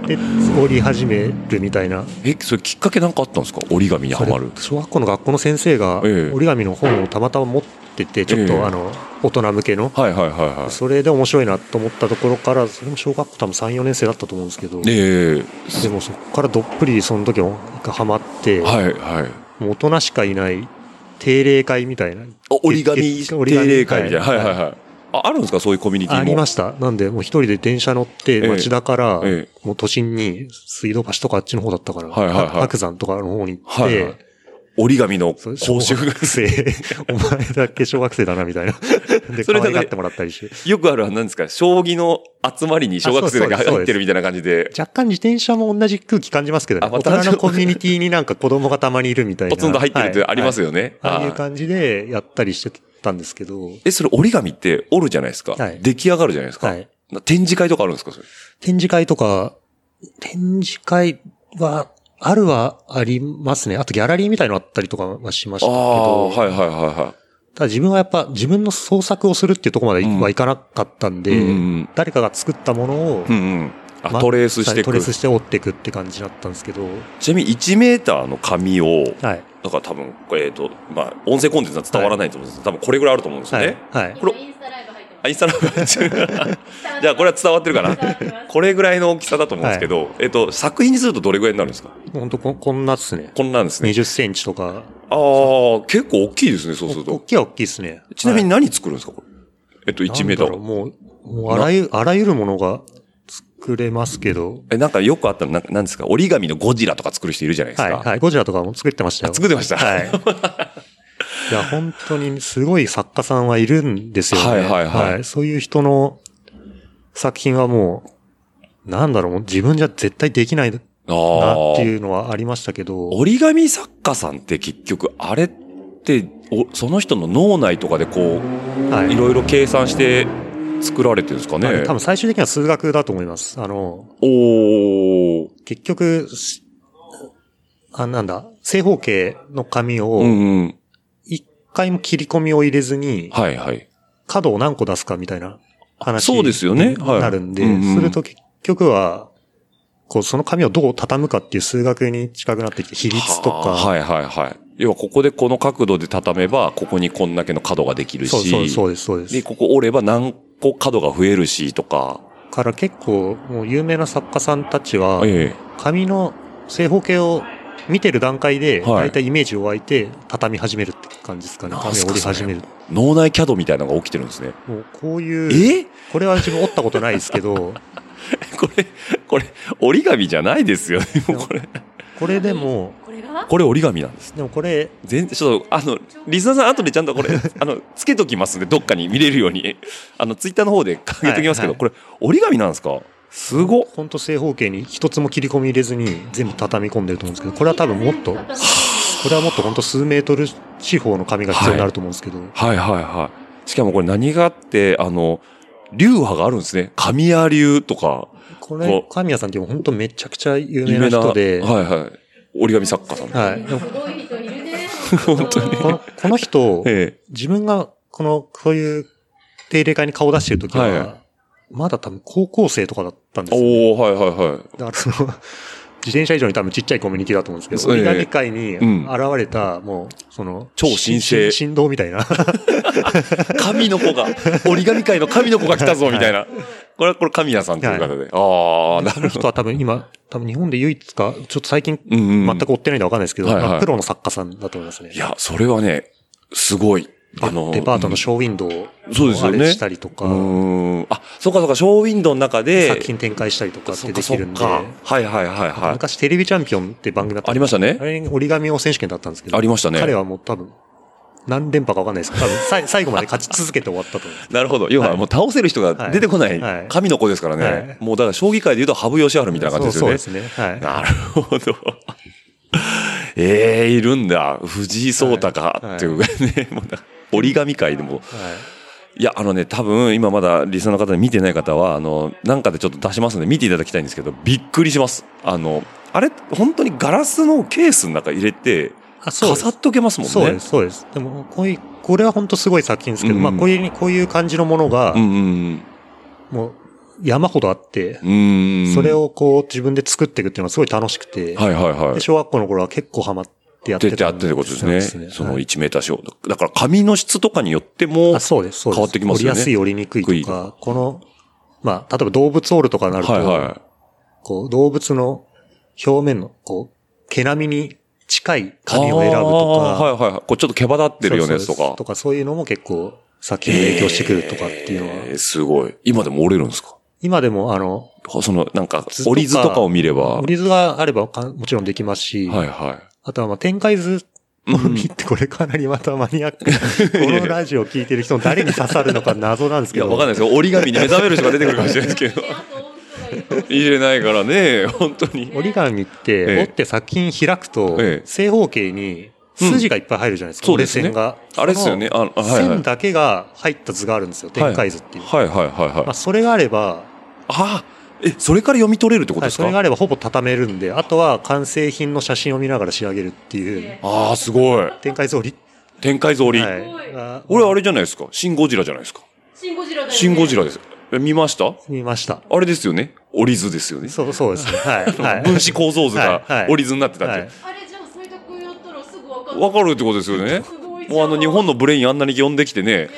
で、折り始めるみたいな。
い。え、それきっかけなんかあったんですか折り紙にはまる。
小学校の学校の先生が
ええ
折り紙の本をたまたま持ってて、ちょっ
ええ
とあの、大人向けの。
はいはいはいはい。
それで面白いなと思ったところから、それも小学校多分3、4年生だったと思うんですけど、で
ええ
もそこからどっぷりその時も一回ハマって、
はいはい。
もう大人しかいない定例会みたいな。
あ折り紙
月月
定例会みたいな。はい
は
はいいはい。あ、あるんですかそういうコミュニティも。
ありました。なんで、もう一人で電車乗っ
ええ
て、町田から、
え
もう都心に、水道橋とかあっちの方だったから、
はいはいはい
白山とかの方に行って、
はいはい折り紙の
そう
講習が
学生、 お前だけ小学生だな、みた いな。で、
それだ
可
け
愛がってもらったりして。
よくある、なんですか、将棋の集まりに小学生が
あそうですそう
入
で
っ
す
てるみたいな感じで、
若干自転車も同じ空気感じますけどね
あ。ま
大
た
人のコミュニティになんか子供がたまにいるみたいな。
ポツンと入ってるってあります
よ。
よね。
はいああい
は
う
い
感じでやったりしてたんですけど、
え、それ折り紙って折るじゃないですか。
はい
出来上がるじゃないですか。
はい
な展示会とかあるんですかそれ
展示会とか、展示会は、あるはありますね。あとギャラリーみたいのあったりとかはしました
あ
け
あ、
ど、
はいはいはいは
ただ自分はやっぱ自分の創作をするっていうところまで
うん
はいかなかったん
い。
で、
うんうん
誰かが作ったものを、
うん。うんうん。あ、
ま
トレースしてい
ト
く
レー。スして折っていくって感じだったんですけど、
ちなみに1メーターの紙を、
はい。
だから多分、えっ、と、まあ、音声コンテンツは伝わらないと思うんですけど、多分これぐらいあると思うんですよ
は
ね。
い。はい。
これ、
インスタライブ入って
あ、インスタライブ
ます。
じゃあこれは伝わってるかな
伝わってます
これぐらいの大きさだと思うんですけど、えっ、と、作品にするとどれぐらいになるんですか
本当ここんなっすね。
こんなんですね。
20センチとか。
ああ、結構大きいですね、そうする
お
と。
大きいは大きいっすね。
ちなみに
は
何作るんですか、これ。えっと、
い、
1メータ
なんだろう
ー。
もう、もうあらゆる、あらゆるものが作れますけど、
え、なんかよくあったの、なんかなんですか、折り紙のゴジラとか作る人いるじゃないですか。
はい。はい。ゴジラとかも作ってましたよ。
作ってました。
はい。いや、本当にすごい作家さんはいるんですよね。
はいはいはい
そういう人の作品はもう、なんだろう、もう自分じゃ絶対できないな
あ
っ
あ
て。いうのはありましたけど、
折り紙作家さんって結局、あれって、おその人の脳内とかでこ
は
う、いろいろ計算して作られてるんですか
ま
ね
あ。多分最終的には数学だと思います。あの、
おー。
結局、しあ、なんだ、正方形の紙
うん
を、
うん。
一回も切り込みを入れずに、
はいはい。
角を何個出すかみたいな話
そうですよね
に
はい
なるんで、
うんうん
すると結局は、こう、その紙をどう畳むかっていう数学に近くなってきて、比率と
はあ
か、
はいはいはい。要はここでこの角度で畳めば、ここにこんだけの角ができるし、
そうそうそうです、そうです
で、。ここ折れば何個角が増えるし、とか。
から結構、もう有名な作家さんたちは、
え
紙の正方形を見てる段階で、
はい
大体イメージを湧いて、畳み始めるって感じですかね。
なん
紙
す
を
か
折り始める。
え脳内キャドみたいなのが起きてるんですね。
もうこういう、
え
これは自分折ったことないですけど、
これ、これ、折り紙じゃないですよね。もうこれ、
これでも、
これが
これ折り紙なんです。
でもこれ、
全然、ちょっと、あの、リスナーさん、後でちゃんとこ れ、あの、つけときますんで、どっかに見れるように。あの、ツイッターの方でかけときますけど、
はい
これ、折り紙なんですかすごっ。
ほんと正方形に一つも切り込み入れずに全部畳み込んでると思うんですけど、これは多分もっと、これはもっとほんと数メートル四方の紙が必要になると思うんですけど、
はいはいはい。しかもこれ何があって、あの、流派があるんですね。神谷流とか、こ
これ
う、
神谷さんっていうほんとめちゃくちゃ有名な人で、
有名なはいはい。折り紙作家さん。
はいでも
すごい人いるね。
本当に
このこの人、
え
自分がこの、こういう定例会に顔出してる時は、
はいはい
まだ多分高校生とかだったん
え。
ですよ。
おおはいはいはい。
だからその、自転車以上に多分ちっちゃいコミュニティだと思うんですけ
そ
ど、
う
折
ね
り紙会に現
うん
れた、もう、その、
超新星
し振動みたいな。
神の子が、折り紙界の神の子が来たぞ、みたいな。これは、これ神谷さんという方で。ああ、な
こ
るほ
の人
ど。
は多分今、多分日本で唯一か、ちょっと最近
うんうん。
全く追ってないんでわかんないですけど、
はいはい
まあプロの作家さんだと思いますね。
いや、それはね、すごい。あの、
デパートの
シ
ショーウィンドウを
そうですよ
あ
ね
れしたりとか、
うーん。あ、そうかそうか、ショーウィンドウの中で。
作品展開したりとかっ
そってか
で
そ
き
っ
るんで、
か。はいはいはいはい。
昔テレビチャンピオンって番組だった
ありましたね
あ。れに折り紙を選手権だったんですけど、
ありましたね
彼はもう多分、何連覇かわかんないですけ ど、多分さい最後まで勝ち続けて終わったと思います。
なるほど。要はもう倒せる人が出てこない、
はいはい
神の子ですからね、
はい
もうだから将棋界で言うと羽生善治みたいな感じですよね。
そうそうですね。はい。
なるほど。 ええいるんだ。藤井聡太か、
はい
っていうね、 もうなんか折り紙界でも。
はい
いや、あのね、多分今まだリスナーの方で見てない方は、あの、なんかでちょっと出しますんで見ていただきたいんですけど、びっくりします。あの、あれ、本当にガラスのケースの中入れて、
あそうです
飾っとけますもんね。
そうです、そうです。でも、こういう、これは本当すごい作品ですけど、
うん
まあ、こういう、こういう感じのものが
う、んうん
もう、山ほどあって、
うん。うん。
それ。をこう、自分で作っていくっていうのはすごい楽しくて、
はいはいはい
で。小学校の頃は結構ハマってやって
出て
た
あ
ん
ってってことですね。その1メーター小。だから紙の質とかによって
はい
も
あ、そうです、そうです。
変わってきますよね
折りやすい、折りにくいと
低い
か、この、まあ、例えば動物折るとかになると、
はいは
こう、動物の表面の、こう、毛並みに近い
い。
紙を選ぶ
あ
と
ー
か、
はいはいはい。こうちょっと毛羽立ってるようなやつと
そうそう
か
と。か、そういうのも結構、作品に影響してくるとかっていうのは、
えーすごい。今でも折れるんですか
今でも、あの、
その、なんか
図、とか
折り図とかを見れば。
折り図があればかもちろんできますし、
はいは
あとはまあ展開図の
うん
みってこれかなりまたマニアック。このラジオを聞いてる人の誰に刺さるのか謎なんで
い。
す
い
け
や、
ど。
わかんないですよ。折り紙に目覚める人が出てくるかもしれないですけど。 入れないからね、本当に。
折り紙っ
ええ
て、折って作品開くと
ええ、
正方形に筋がいっぱい入るじゃないですか、
うん
折れ線が。
あれですよね。あの、
その
はいはい
線。だけが入った図があるんですよ、展開図っていう。
はいはいはいはい
まあ、。それがあれば、
ああ、え、それから読み取れるってことで
はい、
す
そ
か
れがあればほぼ畳めるんで、あとは完成品の写真を見ながら仕上げるっていう、
ああ、すごい。
展開図折
展開図
り。
折り。
はいが
俺あれじゃないですか。シン・ゴジラじゃないですか。
シンゴジラだよ、ね。
シン・ゴジラです。え見ました
見ました。
あれですよね。折り図ですよね。
そう、そうですね。はい。はい。
分子構造図
はい
が
はい
折り図になってたっ
は
て
い。
あれじゃあ、斉田君やったらすぐわかる。
わかるってことですよね。
すごいじゃん
もうあの日本のブレインあんなに呼んできて ね、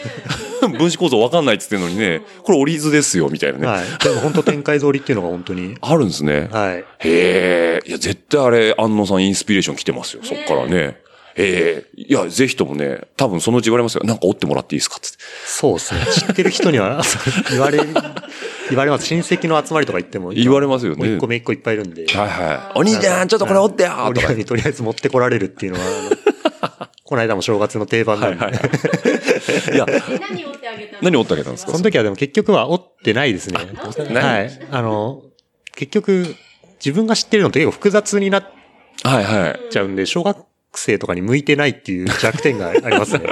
分子構造わかんないっつってんのにね、これ折り図ですよ、みたいなね。。
はい。でも本当展開通りっていうのが本当に
あるんですね。
はい。
へえ、いや、絶対あれ、安野さんインスピレーション来てますよ、そっからね。ええ、いや、ぜひともね、多分そのうち言われますよ。なんか折ってもらっていいですかっつって。
そうですね。知ってる人には 言われ、言われます。親戚の集まりとか行っても。
言われますよね
もう一個目一個いっぱいいるんで。
はいはい。お兄ちゃん、ちょっとこれ折ってよ
折
と
り
か。
紙とりあえず持ってこられるっていうのは、 あのこの間も正月の定番なんで。
いや、
え何折ってあげたの
何折ってあげたんですか
その時はでも結局は折ってないですね。
な
はいい。あの、結局、自分が知ってるのって結構複雑になっ
はいはい。
ちゃうんで、小学生とかに向いてないっていう弱点があり ますね。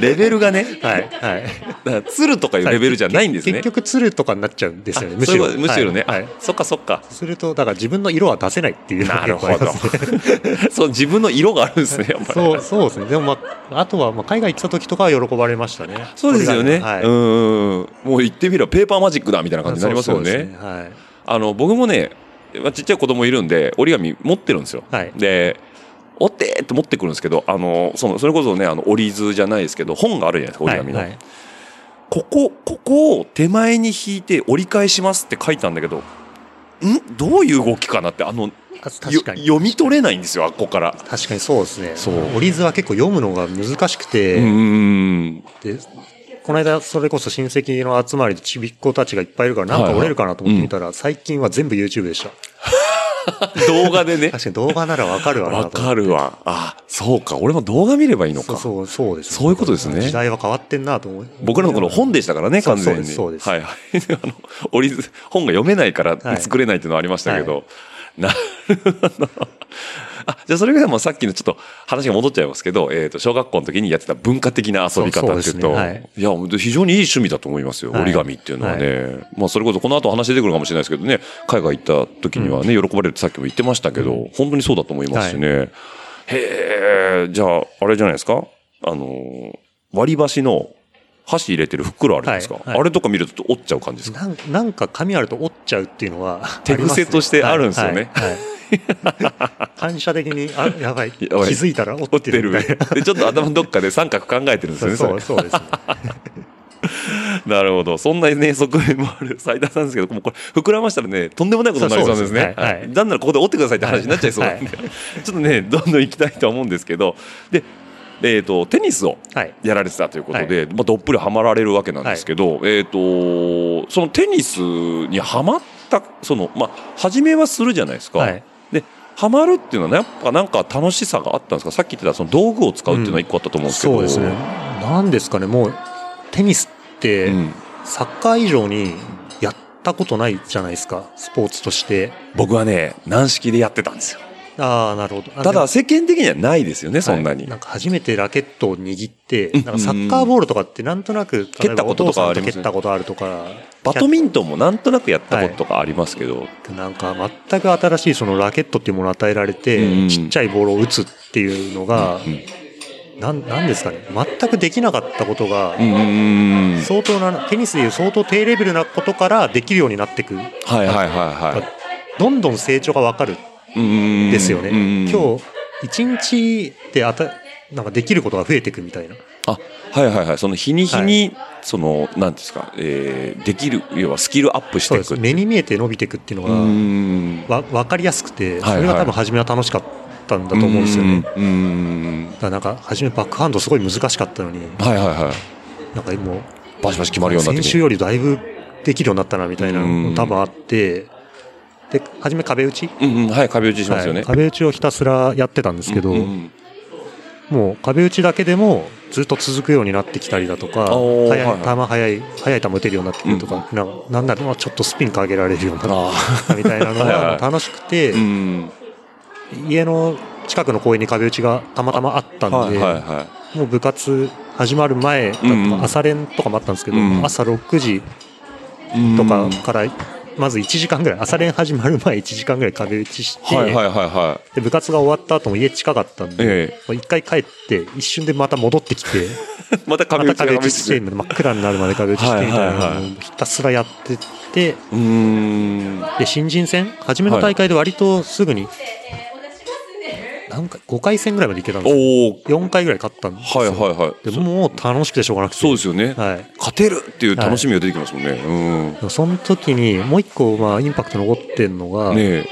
レベルがね、
はい。は
だ
い。
から鶴とかいうレベルじゃないんですね。
結局、鶴とかになっちゃうんですよね。む
そう
し
いうこ
ろ。
とむしろね。
はい
あ。そっかそっか。
すると、だから自分の色は出せないっていうのが
なる
結
ほ
構あり
ど
ますね。。
そう、自分の色があるんですね、やっぱり。
そう、そうですね。でもまあ、あとは、まあ、海外行った時とかは喜ばれましたね。
そうですよね。
はい。
うんうんうん。もう言ってみればペーパーマジックだみたいな感じになりますよ
そうです
ね。
はい。
あの、僕もね、まあちっちゃい子供いるんで、折り紙持ってるんですよ。
はい
で、おってーって持ってくるんですけど、あの、その、それこそね、あの、折り図じゃないですけど、本があるじゃないですか、折り紙の。
はいはい
ここ、ここを手前に引いて折り返しますって書いたんだけど、んどういう動きかなって、あの、よ
あ確かに。
読み取れないんですよ、あっこから。
確かにそうですね。
そう
折り図は結構読むのが難しく
う
て、
ん。
で、この間それこそ親戚の集まりでちびっ子たちがいっぱいいるからなんか折れるかなと思ってみたら、最近は全部 YouTube でした。
動画でね。
確かに動画ならわかるわな
わ
と。
かるわ。あ、そうか。俺も動画見ればいいの
そう
か。
そう、そうです、
そういうことですね
時代は変わってんなと思う。
僕らの頃本でしたからね、
そう
完全に。
そうです
はいはい。 あの、折り図、本が読めないから
はい
作れないっていうのはありましたけど。なる ほど。あ、じゃあそれがもうさっきのちょっと話が戻っちゃいますけど、えっ、と、小学校の時にやってた文化的な遊び方っていう
そうそ
と、
うですねはい
いや、本当非常にいい趣味だと思いますよ、
はい
折り紙っていうのはね。まあ、それこそこの後話出てくるかもしれないですけどね、海外行った時にはね、喜ばれるってさっきも言ってましたけど、本当にそうだと思いますしね。へえ、じゃあ、あれじゃないですかあのー、割り箸の箸入れてる袋あるじゃないですか。
はいはい
あれとか見ると折っちゃう感じですか
なんなんか紙あると折っちゃうっていうのは、
手癖
ありますね
としてあるんですよね。
はいはいはい 反射的に、あ、やばい。気
やばい
づいたら折
折
っ
ってて
る
る。
みたいな。
で、ちょっと頭のどっかで三角考えてるんですよね、そ
そ
れ
う、そうですね。
なるほど。そんなね、側面もある斉田さんですけど、もうこれ、膨らましたらね、とんでもないことになりそうなんですね
そう。そうですねはい
は
はいい
なんならここで折ってくださいって話になっちゃいそうなんで、
は
ちょっとね、どんどん行きたいとは思うんですけど、で、えっ、と、テニスを
はい。
やられてたということで、まあ、どっぷりハマられるわけなんですけど、えっ、と、そのテニスにハマった、その、まあ、初めはするじゃないですか。
はい。
で、ハマるっていうのは、ね、やっぱなんか楽しさがあったんですかさっき言ってた、その道具を使うっていうのは一個あったと思うんですけど。
そうですね。なんですかね、もう、テニスって
う、ん
サッカー以上にやったことないじゃないですか、スポーツとして。
僕はね、軟式でやってたんですよ。
ああ、なるほど。あ
た
でも
だ世間的にはないですよね、そんな
は
に
い。なんか初めてラケットを握って、
うん
なんかサッカーボールとかってなんとなく、
蹴ったこととかありま
例えばお父さん
すね
と蹴ったことあるとか、
バドミントンもなんとなくやったこととかありますけど、
なんか全く新しいそのラケットっていうものを与えられて、
うん
ちっちゃいボールを打つっていうのが
ん、
なんなんですかね、全くできなかったことが、
うんうんうんうん
相当な、テニスでいう相当低レベルなことからできるようになってく。
はいはいはいは
どんどん成長がわかる
い。うんうんうん
ですよね。
うんうんうん
今日、一日であた、なんかできることが増えていくみたいな。
あはいはいはい、その日に日に、その、なんていうんですか、えーできる、要はスキルアップし
そ
て
う
い
で
く
す。
ってい
目
う。
に見えて伸びていくっていうのが、
うん
わ、わかりやすくて、
はい
それが多分初めは楽しかったんだと思うんですよね。だか
うんうん
らなんか、初めバックハンドすごい難しかったのに、
はいはいはい。
なんかもう、
バシバシ決まるようになって
先
く
週
る。
よりだいぶできるようになったなみたいなのも多分あって、で、初め壁打ち、
うんうん、はい、壁打ちしますよ
は
ね。
い壁打ちをひたすらやってたんですけど、
うんうん
もう壁打ちだけでもずっと続くようになってきたりだとか、
おー
速い
はいはい
球速い、速い球打てるようになってくるとか、ななんならまあちょっとスピンかけられるようにな
あ
ったみたいなの
はいはい
がもう楽しくて、
ーうん
家の近くの公園に壁打ちがたまたまあった
は
ん
い
で、
はいは
もう部活始まる前だとか、
うんうん
朝練とかもあったんですけど、
うん
朝6時
いうん
とかから、まず1時間ぐらい、朝練始まる前1時間ぐらい壁打ちして、
はいはいはいは
で部活が終わった後も家近かったん
え
で、まあ一回帰って、一瞬でまた戻ってきて、
い。また
ま
壁打
た
ちが
壁打ちして、真っ暗になるまで壁打ちしてみたい
はいは
ない
は
のをひたすらやってって、
うーん。
で、新人戦、初めの大会で割とすぐに、
お出しますね。
なんか5回戦ぐらいまでいけたんですよ。
おお。
4回ぐらい勝ったんですよ。
はいはいはい。
でもう楽しくてしょうがなくて。
そうですよね。
はい。
勝てるっていう楽しみが出てきますもんね。うん。ね
でもその時に、もう一個、まあ、インパクト残ってんのが、
え。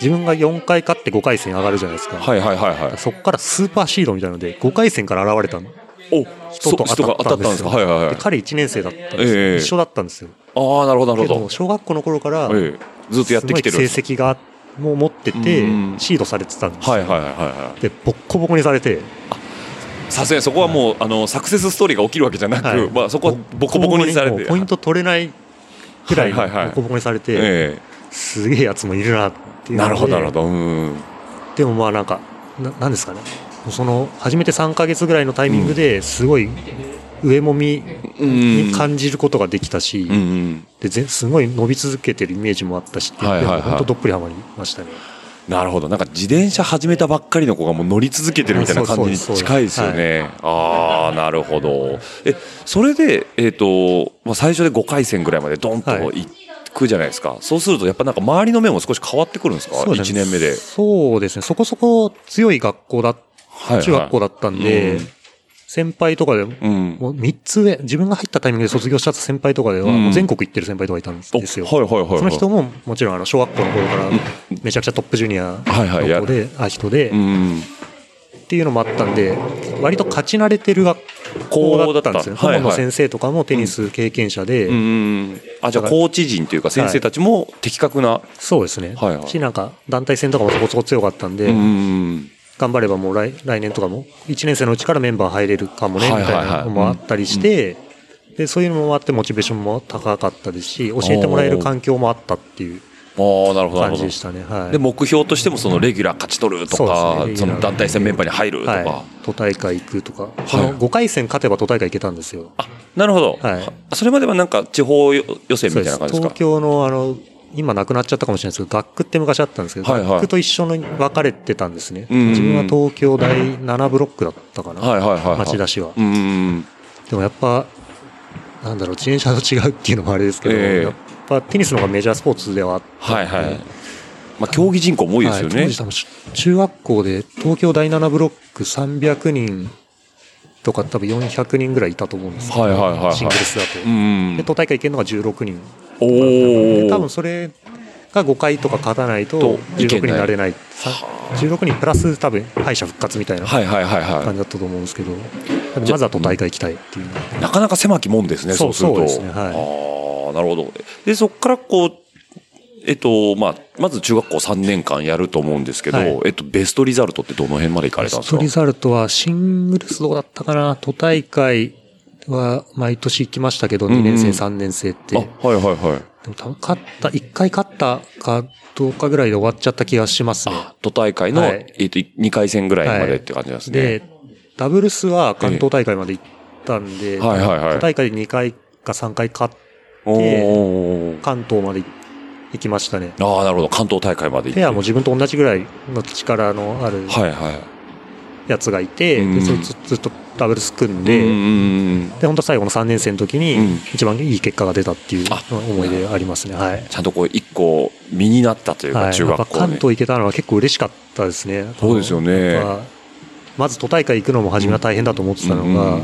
自分が4回勝って5回戦上がるじゃないですか。
はいはいはいはい。
そこからスーパーシードみたいなので、5回戦から現れたの
お、
人と
そ人が
当たったんですよ。
はいはいはい
で。彼1年生だったんですよ、
ええ
一緒だったんですよ。
ああ、なるほどなる
け
ほ
ど、
ど。
小学校の頃から、
ええ。ずっとやってきてる。
すごい成績がもう持ってて
うん
シードされてたんですよ
はいはいはいは
でボッコボコにされて
い。さすがにそこはもう、あの、サクセスストーリーが起きるわけじゃなく、
はい
まあそこはボコボコにされ
も
て。
うポイント取れないくらいボ
はいはいはい
コボコにされて、
え
すげえやつもいるなって
え。
いう
な
ので
るほどなるほど。うん。
でもまあなんかななんですかねその初めて3か月ぐらいのタイミングですごい上もみ
うん
に感じることができたし、
うんうん。
でぜすごい伸び続けてるイメージもあったしって
はいはいはい
本当どっぷりハマりましたね
なるほど。なんか自転車始めたばっかりの子がもう乗り続けてるみたいな感じに
そうそうそう
近いですよね。ああ、なるほど。え、それで、えっ、と、まあ、最初で5回戦ぐらいまでドンと
はい
いくじゃないですか。そうすると、やっぱなんか周りの目も少し変わってくるんですか
そうです
一年目で。
そうですね。そこそこ強い学校だ、
はいはい
中学校だったんで、
うん
先輩とかでも、
うん。
もう3つ上、自分が入ったタイミングで卒業しちゃった先輩とかでは、
うん
もう全国行ってる先輩とかいたんです
お
ですよ。
はいはいはいはい。
その人も、もちろんあの小学校の頃から、めちゃくちゃトップジュニア
はいはいや
の子で、あ人で、
うん。
っていうのもあったんで、割と勝ち慣れてる学校だったんですよね。
こうだったはいはい
顧問の先生とかもテニス経験者で、
うんうん。あ、じゃあ、コーチ陣というか先生たちも的確な。
そうですね。
はいはい
し、なんか団体戦とかもそこそこ強かったんで、
うんうん
頑張ればもう来来年とかも1年生のうちからメンバー入れるかもねみ
は
た
い
い
はいはい
なのもあったりして、でそういうのもあってモチベーションも高かったですし教えてもらえる環境もあったっていう
うん。ああ、なるほど、なるほ
感じ
ど
で。したね。はい、
で、目標としても、そのレギュラー勝ち取ると
そ
か
う、ですね
その団体戦メンバーに入るとか。
はい、都大会行くとか、その5回戦勝てば都大会行けたんですよ。
あ、なるほど。
はい
それまではなんか地方予選み
そ
た
う
い
で
な
す
感じです
東
か。
京のあの今なくなっちゃったかもしれないですけど学区って昔あったんですけど、
はいはい
学区と一緒に分かれてたんですね、
うんうん
自分は東京第7ブロックだったかな、
はいはいはいはい。
町田市は、
うんうん
でもやっぱなんだろう自転車と違うっていうのもあれですけど、
ええ
やっぱテニスの方がメジャースポーツではあって、
はいはい。まあ、競技人口も多いですよ
は
ね
当時。多分中学校で東京第7ブロック300人とか多分400人ぐらいいたと思うんですけど
はいはいはいはい
シングルスだと、
うん
で。都大会行けるのが16人
お
で多
お
分。それが5回とか勝たない
と
と
い
16
けな
人
い
になれないさ16人プラス多分敗者復活みたいな感
はいはいはいは
じだったと思うんですけど、まずは都大会行きたいっていうの
い。なかなか狭きもんですね、そ
そうう
すると。
そうですねはい
ああ、なるほど。で、そこからこう、えっと、まあ、まず中学校3年間やると思うんですけど、
はい
えっと、ベストリザルトってどの辺まで行かれたん
ベ
で
ス
す
ト
か
リザルトはシングルスどうだったかな都大会は毎年行きましたけど、
んうん
2年生、3年生って。
あ、はいはいはい。
でも多分勝った、1回勝ったかどうかぐらいで終わっちゃった気がしますね。
あ、都大会の、
はい
えっと、2回戦ぐらいまでって感じなんですね。
で、ダブルスは関東大会まで行ったんで、
はいはいはい
都大会で2回か3回勝っ
おー
関東まで行きましたね。
ああ、なるほど。関東大会まで行って。
ペアも自分と同じぐらいの力のある
はいはい。
やつがいて、
うん
でそいつずっとダブルス組ん
うん
で、
うんうん
で、本当最後の3年生の
う
時
ん
に、一番いい結果が出たっていう
あ
思い出ありますね。はい。
ちゃんとこう一個身になったというか、
はい、
中
やっ
学
ぱ
校
関
に。
東行けたのは結構嬉しかったですね。
そうですよね
やっぱまず都大会行くのも初めは大変だと思ってたのが、
うん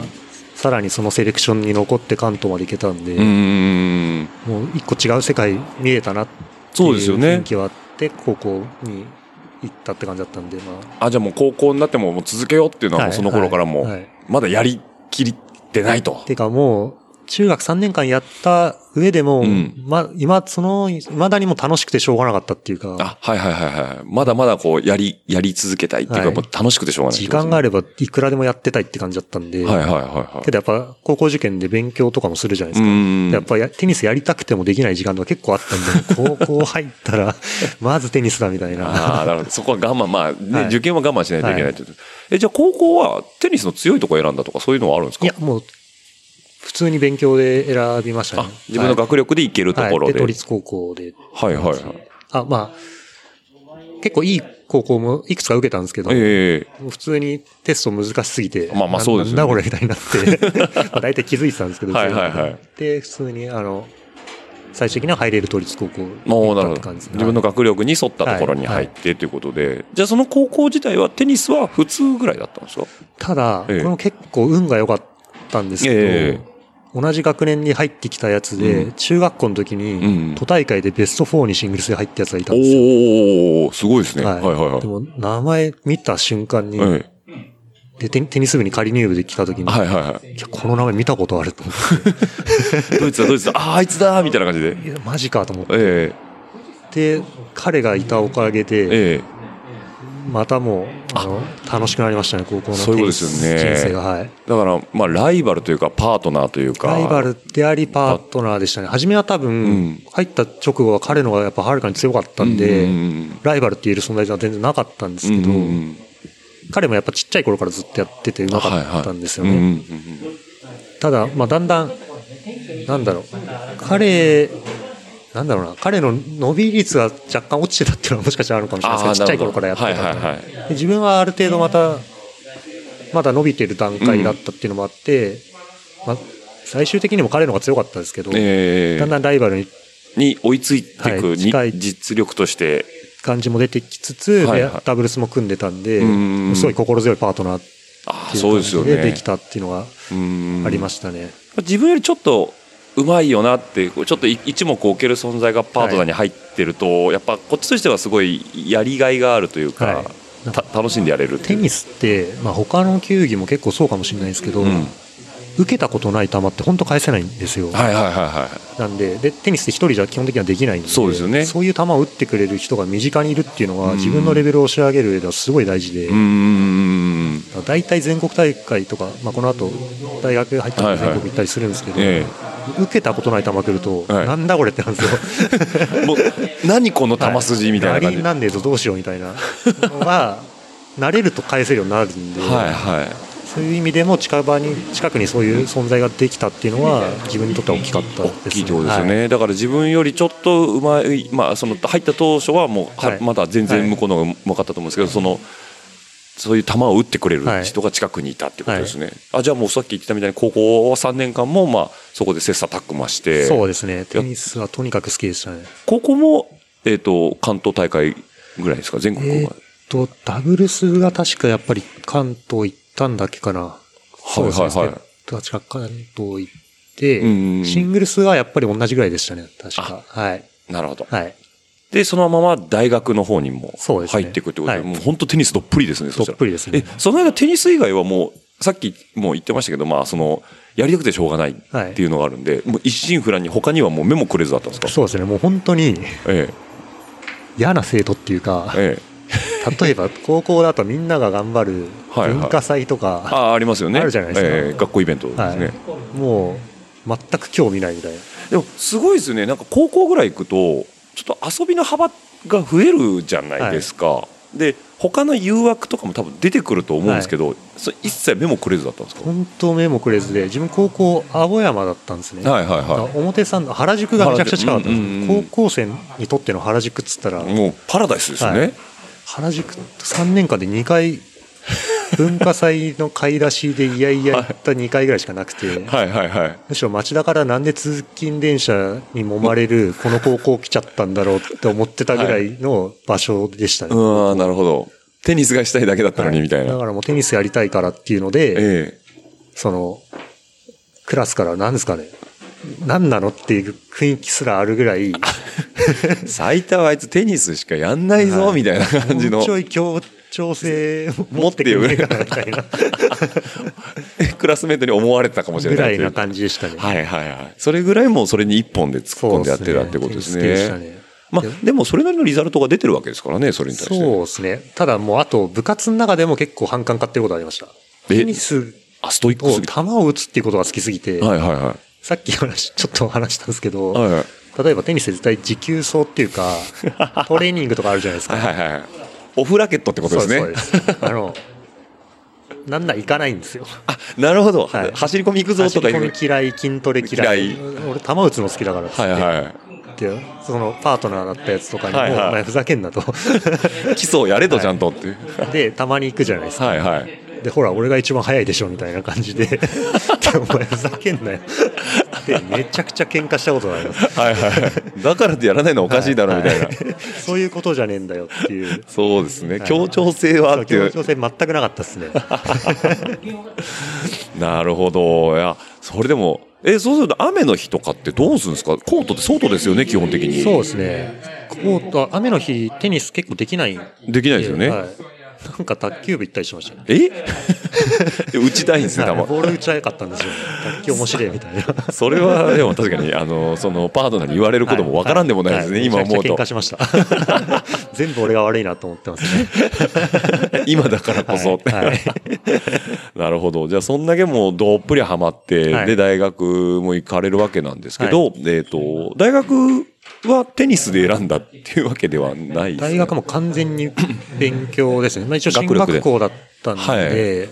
さらにそのセレクションに残って関東まで行けたんで、
うんうんうん。
もう一個違う世界見えたなって
そう
いう
ですよね
雰囲気はあって、高校に行ったって感じだったんで、まあ。
あ、じゃあもう高校になってももう続けようっていうのはもうその頃からも
はいは
う
い、
まだやりきりってないと。
てかもう、中学3年間やった上でも、
うん
ま、今、その、未だにもう楽しくてしょうがなかったっていうか、
あ、はいはいはいはい。まだまだこう、やり、やり続けたいっていうか、
はい
もう楽しくてしょうがない。
時間があればいくらでもやってたいって感じだったんで、
はいはいはいは
けどやっぱ高校受験で勉強とかもするじゃないですか。
うん
やっぱやテニスやりたくてもできない時間とか結構あったん で、高校入ったら、 まずテニスだみたい
い。
な。
ああ、なるほど。そこは我慢、まあ、ね
はい
受験は我慢しないといけないってことえ、じゃあ高校はテニスの強いとこ選んだとかそういうのはあるんですか
いや、もう、普通に勉強で選びました
あ
ね。、
自分の学力でいけるとこ
は
ろ
い
で。
で
は
都
い
立高校で。
はいはい。
あ、まあ、結構いい高校もいくつか受けたんですけど、
ええ。
もう普通にテスト難しすぎて、
まあまあそうですよね
ななんだこれみたいに なって、まあ大体気づいてたんですけど、
はいはいはい
で、普通に、あの、最終的には入れる都立高校に
お
行
ー
っ
なる
たっ
ほど
て感じですね
自分の学力に沿ったところに入ってということで、じゃあその高校自体はテニスは普通ぐらいだったんですか
ただ、
ええ
この結構運が良かったんですけど、
え
同じ学年に入ってきたやつで、
うん
中学校の時
うん
に、都大会でベスト4にシングルスで入ったやつがいたんですよ。
おおすごいですね、はい、はいはい
でも、名前見た瞬間に、
え
でテニテニス部に仮入部で来た時
え
に、
はいはいはい
いやこの名前見たことあると思っ
ドイツだドイツだあーあいつだーみたいな感じで
て、いやマジかと思っ
え
て、彼がいたおかげ
え
で、
え
またもう、あの、楽しくなりましたね、高校の
そういうことで
テニ
す
ス
よ
人
ね
生が。はい。
えだからまあライバルというかパートナーというか
ライバルでありパートナーでしたね。初めは多
うん
分、入った直後は彼の方がやっぱはるかに強かったんで、
うんうん
ライバルって言える存在じゃ全然なかったんです
うん
けど、
うんうん
彼もやっぱちっちゃい頃からずっとやっててうまかったんですよね。
はいはいうんうんうん
ただ、まあだんだん、なんだろう、彼、なんだろうな、彼の伸び率が若干落ちてたっていうのはもしかしたらあるかもしれない
あ
で
ー
すけど、ちっちゃい頃からやってたんで、
はいはいはい
で自分はある程度また、まだ伸びてる段階だったっていうのもあって、まあ、最終的にも彼の方が強かったですけど、
ええ
だんだんライバルに
に追いついていく、
はい近い
に実力として、
感じも出てきつつ、
はいはい
でダブルスも組んでたんで
うん、
すごい心強いパートナーって
ああ、
いう
そう
感
ですよ
じで
ね。
できたっていうのがあ
あ
りましたね。
自分よりちょっとうまいよなっていうちょっとい一目置ける存在がパートナーに入ってると、やっぱこっちとしてはすごいやりがいがあるというか、
はい
た楽しんでやれるって
テ
いう
ニスって、まあ、他の球技も結構そうかもしれないですけど、
うん
受けたことない球って本当返せないんですよ。
はいはいはいは
なんででテニスって一人じゃ基本的にはできないんで
そうですよね
そういう球を打ってくれる人が身近にいるっていうのは、自分のレベルを押し上げる上ではすごい大事で、
い。うーん。
大体全国大会とか、まあ、この後大学入った
は
ら
いはい
全国行ったりするんですけど、
え
受けたことない球来ると、
はい
なんだこれってなんですよ。
え。もう、何この 球筋みたいな感
ラリ
じ。は
ーなんねえぞどうしようみたいなのが慣れると返せるようになるんで、
いはい。
そういう意味でも近場に近くにそういう存在ができたっていうのは自分にとっては大きかったです、ね、
大きいってことですよね、
はい
だから自分よりちょっとうまい、まあ、その入った当初はもうは、
はい
まだ全然向こうの方がうまかったと思うんですけど、そのそういう球を打ってくれる人が近くにいたってことですね、あじゃあもうさっき言ってたみたいに高校は3年間も、まあ、そこで切磋琢磨して
そうですねテニスはとにかく好きでしたね
高校も、えー、と関東大会ぐらいですか全国
え
公
ーっとダブルスが確かやっぱり関東行ったんだっけかなそうですね
はいはい
確か関東行って
うん
シングルスはやっぱり同じぐらいでしたね確かはい
なるほど、
はい
でそのまま大学の方にも
そうですね
入っていくってことで
はい
もう本当テニスどっぷりですねそし
どった
ら
ぷりです
え
ね、
その間テニス以外はもう、さっきも言ってましたけど、まあ、その、やりたくてしょうがない
はい
っていうのがあるんで、もう一心不乱に他にはもう目もくれずだったんですか
そうですねもう本当に
え
嫌な生徒っていうか
え、ええ。
例えば高校だとみんなが頑張る
はいはい
文化祭とか、
ああ、ありますよね。
あるじゃないですか
ええ学校イベントですね。
はいもう全く興味ないみたいな
でも、すごいですね。なんか高校ぐらい行くと、ちょっと遊びの幅が増えるじゃないですか。で、他の誘惑とかも多分出てくると思うんですけど、それ一切目もくれずだったんですか
本当目もくれずで自分高校青山だったんですね、
はいはい
だから
は
表参道原宿がめちゃくちゃ近かったんです
原宿う
よ
んうんうん
高校生にとっての原宿っつったら、
い。もうパラダイスですね。
はい原宿3年間で2回文化祭の買い出しでいやいや行った2回ぐらいしかなくて、
はいはいはい。
むしろ町田からなんで通勤電車に揉まれるこの高校来ちゃったんだろうって思ってたぐらいの場所でしたね。
うん、なるほど。テニスがしたいだけだったのにみたいな。
だからもうテニスやりたいからっていうので、
ええ。
その、クラスから何ですかね、何なのっていう雰囲気すらあるぐらい、
最多はあいつテニスしかやんないぞ、
はい
みたいな感じ
も
の
うちょい協調性を持ってくれるかなみたいな
クラスメートに思われてたかもしれ
ぐ
な
ら
い
い
とい
な
う
感じでしたね。
はいはいはいそれぐらいもうそれに一本で突っ込んでやってたってことですね
そうですねテニス好きでしたね
まあでもそれなりのリザルトが出てるわけですからねそれに対して
そうですね。ただもうあと部活の中でも結構反感買ってることありました。
え
テニス
あストイックす
を
ぎて
球を打つっていうことが好きすぎて、
はいはいはい
さっき話、ちょっと話したんですけど、
はいはい
例えばテニスで絶対持久走ってい うか、トレーニングとかあるじゃないですか。
はいはいはいオフラケットってことですね
そうですそうですあの、なんなら行かないんですよ。
あなるほど、
はい
走り込み行くぞ
走
と
り
か
込
言う
み嫌い、筋トレ嫌い。
嫌
俺、球打つの好きだからっつって、
はいは
ってそのパートナーだったやつとかにも、
はいはい
お前ふざけ んなと。
い基礎をやれとちゃんとっていう、
で、たまに行くじゃないですか。
はい、はいはい
で、ほら、俺が一番早いでしょみたいな感じ で、でお前ふざけんなよ。で、めちゃくちゃ喧嘩したことがあります。
はいはいだからってやらないのおかしいだろみたいな、
はそういうことじゃねえんだよっていう。
そうですね、
はい
協調性はあってい
協
う
調性全くなかったですね。
なるほど。いや、それでも、え、そうすると雨の日とかってどうするんですかコートって外ですよね、基本的に。
そうですね。コート、雨の日、テニス結構できない。で
できないですよね。
はい、なんか卓球部行ったりしましたね。
え 打ちたいんですね、多
は
分。
いボール打ち早かったんですよ、ね。卓球面白い みたいな。
それは、でも確かに、あの、その、パートナーに言われることもわからんでもないですね、
は
今
めちゃ
思う
くちゃ
と
喧嘩。しました。 全部俺が悪いなと思ってま すね。
今だからこそって。
はいはい
なるほど。じゃあ、そんだけもうどっぷりハマって、
はい
で、大学も行かれるわけなんですけど、えっ、と、大学はテニスで選んだっていうわけではないですね
大学も完全に勉強ですね。まあ一応進
学力で
学校だったんで、
は